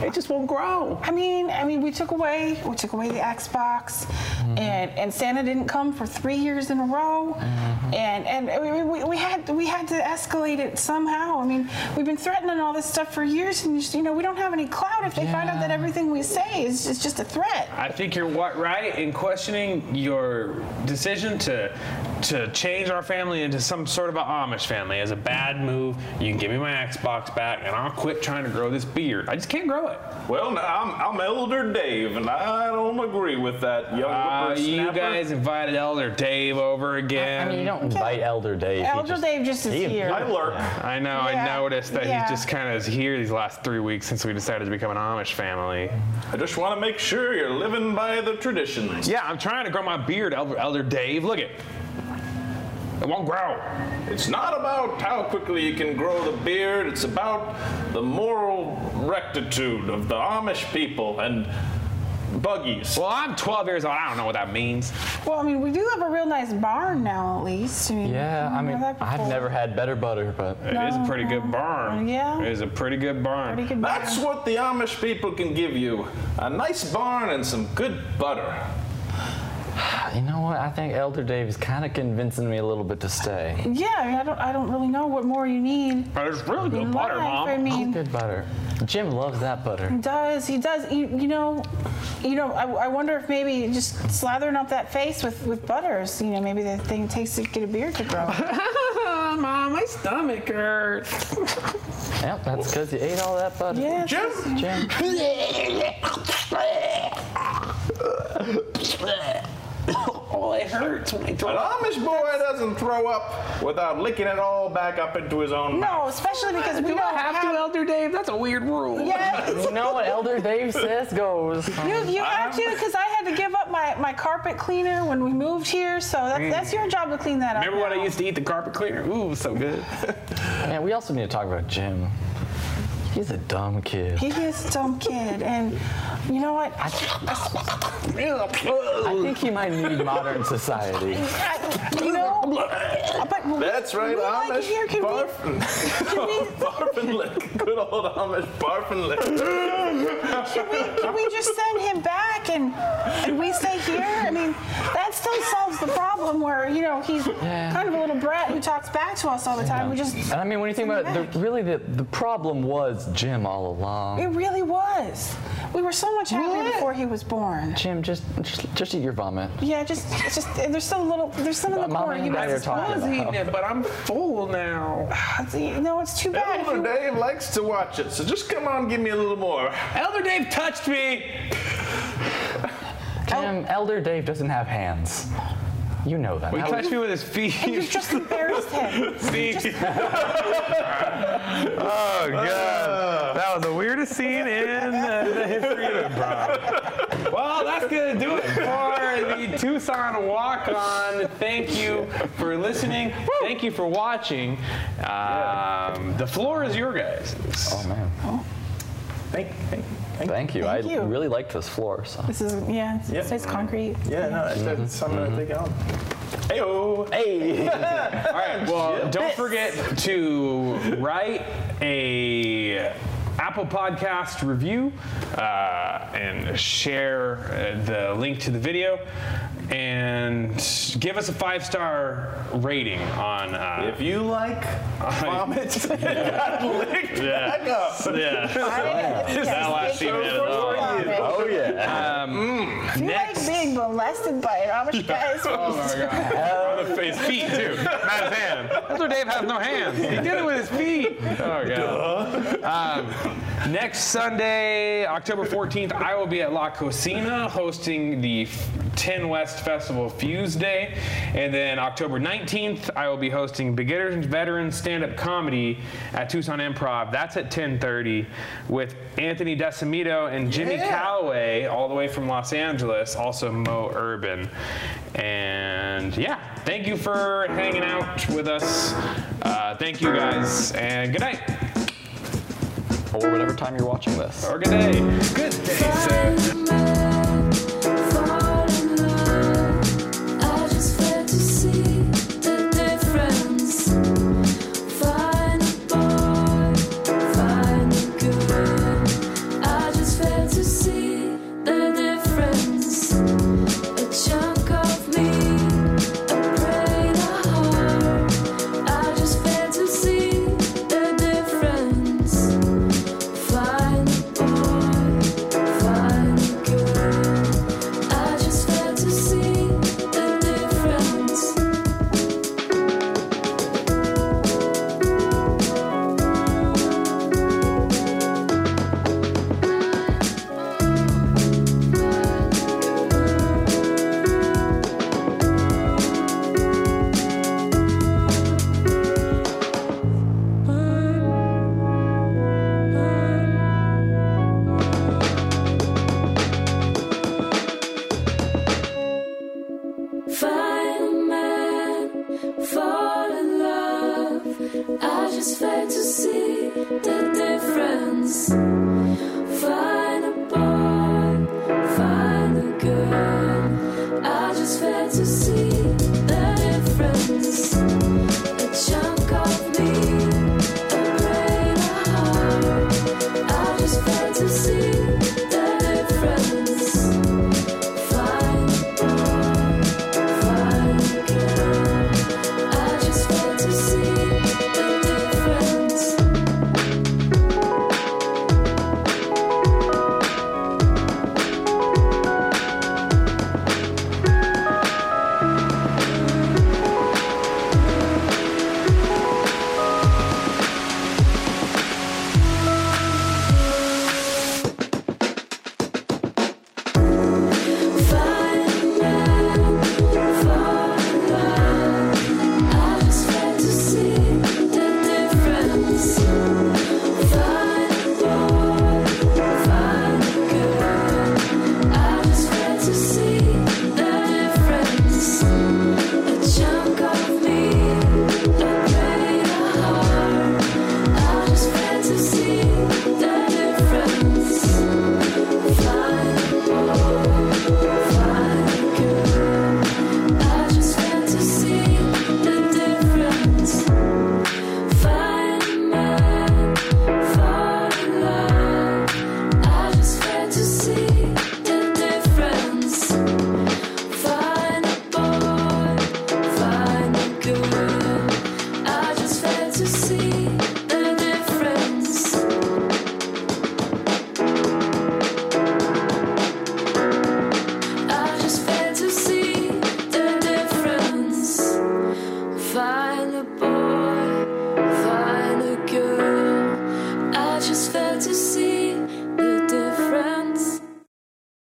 S3: It just won't grow.
S4: I mean, I mean, we took away we took away the Xbox,
S3: Mm-hmm.
S4: and and Santa didn't come for three years in a row,
S3: Mm-hmm.
S4: and and we, we, we had we had to escalate it somehow. I mean, we've been threatening all this stuff for years, and just, you know we don't have any clout if they find out that everything we say is, is just a threat.
S1: I think you're what right in questioning your decision to to change our family into some sort of an Amish family as a bad move. You can give me my Xbox back, and I'll quit trying to grow this beard. I just can't grow it.
S8: well, now, I'm, I'm Elder Dave, and I don't agree with that young
S1: Uh, you
S8: whippersnapper.
S1: guys invited Elder Dave over
S3: I
S1: again.
S3: mean, you don't invite Elder Dave. he
S4: Elder
S3: just-
S4: Dave just is
S3: he-
S4: here.
S8: I lurk.
S1: I know.
S4: Yeah,
S1: I noticed that
S4: yeah.
S1: he's just kind of here these last three weeks since we decided to become an Amish family.
S8: I just want to make sure you're living by the traditions.
S1: Yeah, I'm trying to grow my beard, Elder, Elder Dave. Look it. It won't grow.
S8: It's not about how quickly you can grow the beard, it's about the moral rectitude of the Amish people and buggies.
S1: Well, I'm 12 years old. I don't know what that means.
S4: Well, I mean, we do have a real nice barn now, at least. I mean,
S3: Yeah, I
S4: didn't
S3: mean,
S4: have that
S3: I've
S4: before.
S3: never had better butter, but
S1: It is a pretty good barn.
S4: Oh, Yeah.
S1: It is a pretty good barn.
S4: Pretty good
S8: That's
S4: barn.
S8: what the Amish people can give you a nice barn and some good butter.
S3: you know what? I think Elder Dave is kind of convincing me a little bit to stay.
S4: Yeah, I, mean, I don't I don't really know what more you need.
S1: But it's really
S4: in
S1: good butter,
S4: life. I
S1: Mom.
S4: mean,
S3: Good butter. Jim loves that butter.
S4: does he does you, you know you know I, I wonder if maybe just slathering up that face with with butters you know maybe the thing it takes to get a beard to grow
S18: Mom, my stomach hurts.
S3: Yep, that's because you ate all that butter.
S4: yeah Jim?
S3: Jim.
S18: Oh, it hurts when I
S8: An
S18: throw
S8: Amish boy doesn't throw up without licking it all back up into his own mouth.
S4: no especially because we don't have,
S18: Elder Dave. That's a weird rule.
S4: yeah
S3: You know what Elder Dave says goes.
S4: you, you have to because i had to give up my my carpet cleaner when we moved here so that's, that's your job to clean that up
S18: Remember when
S4: now.
S18: I used to eat the carpet cleaner? Ooh, it was so good.
S3: Man, we also need to talk about Jim. He's a dumb kid.
S4: he is a dumb kid and you know what
S3: I think he might need modern society.
S4: I- you know but
S8: That's right,
S4: we like
S8: Amish
S4: here can
S8: barf,
S4: we, can we
S8: barf and lick. Good old Amish barf and lick.
S4: Can we, can we just send him back and, and we stay here? I mean, that still solves the problem where, you know, he's
S3: Yeah.
S4: kind of a little brat who talks back to us all the time. We just.
S3: And I mean, when you think about it, the, really the, the problem was Jim all along.
S4: It really was. We were so much happier before he was born.
S3: Jim, just, just just eat your vomit.
S4: Yeah, just, it's just, there's still a little, there's some in the
S3: Mom
S4: corner.
S3: and
S4: You
S3: Dad
S4: know,
S3: are
S4: it's-
S3: talking about
S18: eating it, but I'm full now.
S4: it's- you know, it's too bad. if
S8: Elder
S4: you-
S8: Dave likes to watch it, so just come on, give me a little more.
S18: Elder Dave touched me.
S4: Oh.
S3: Jim, Elder Dave doesn't have hands.
S20: You know that.
S1: Well, he
S20: That
S1: touched
S20: was-
S1: me with his feet.
S4: And you just embarrassed him.
S1: See? oh, God. That was the weirdest scene in uh, the history of improv. Well, that's going to do it for the Tucson Walk On. Thank you for listening. Thank you for watching. Um, the floor is your guys.
S20: Oh man.
S8: Thank, thank, thank,
S20: Thank you.
S4: Thank
S20: I
S4: you.
S20: really like this floor. So.
S4: This is yeah, it's, it's concrete.
S8: Yeah, no, that's, that's something to think on.
S1: Heyo.
S8: Hey.
S1: All right. Well, don't forget to write a Apple Podcast review uh, and share uh, the link to the video and give us a five star rating on. Uh,
S9: If you like vomit, got licked
S1: Yeah.
S9: back up.
S1: yeah.
S4: Yes,
S1: That last
S4: thank you
S1: scene we did it
S4: for
S1: all.
S4: coming.
S3: Oh yeah.
S1: Um,
S4: If you
S1: next.
S4: like being molested by an Amish guy, it's
S1: Oh my god. On the face, feet too. Not his hand. That's why Dave has no hands. He did it with his feet. Oh god. Um, next Sunday, October 14th, I will be at La Cocina hosting the F- 10 West Festival Fuse Day. And then October 19th, I will be hosting Beginners and Veterans Stand-Up Comedy at Tucson Improv. That's at 10:30 with Anthony Decimito and Jimmy Calloway, all the way from Los Angeles, also Mo Urban. And yeah, thank you for hanging out with us. Uh, thank you guys, and good night
S20: Or whatever time you're watching this.
S1: or good day. Good day, sir.
S11: Bye.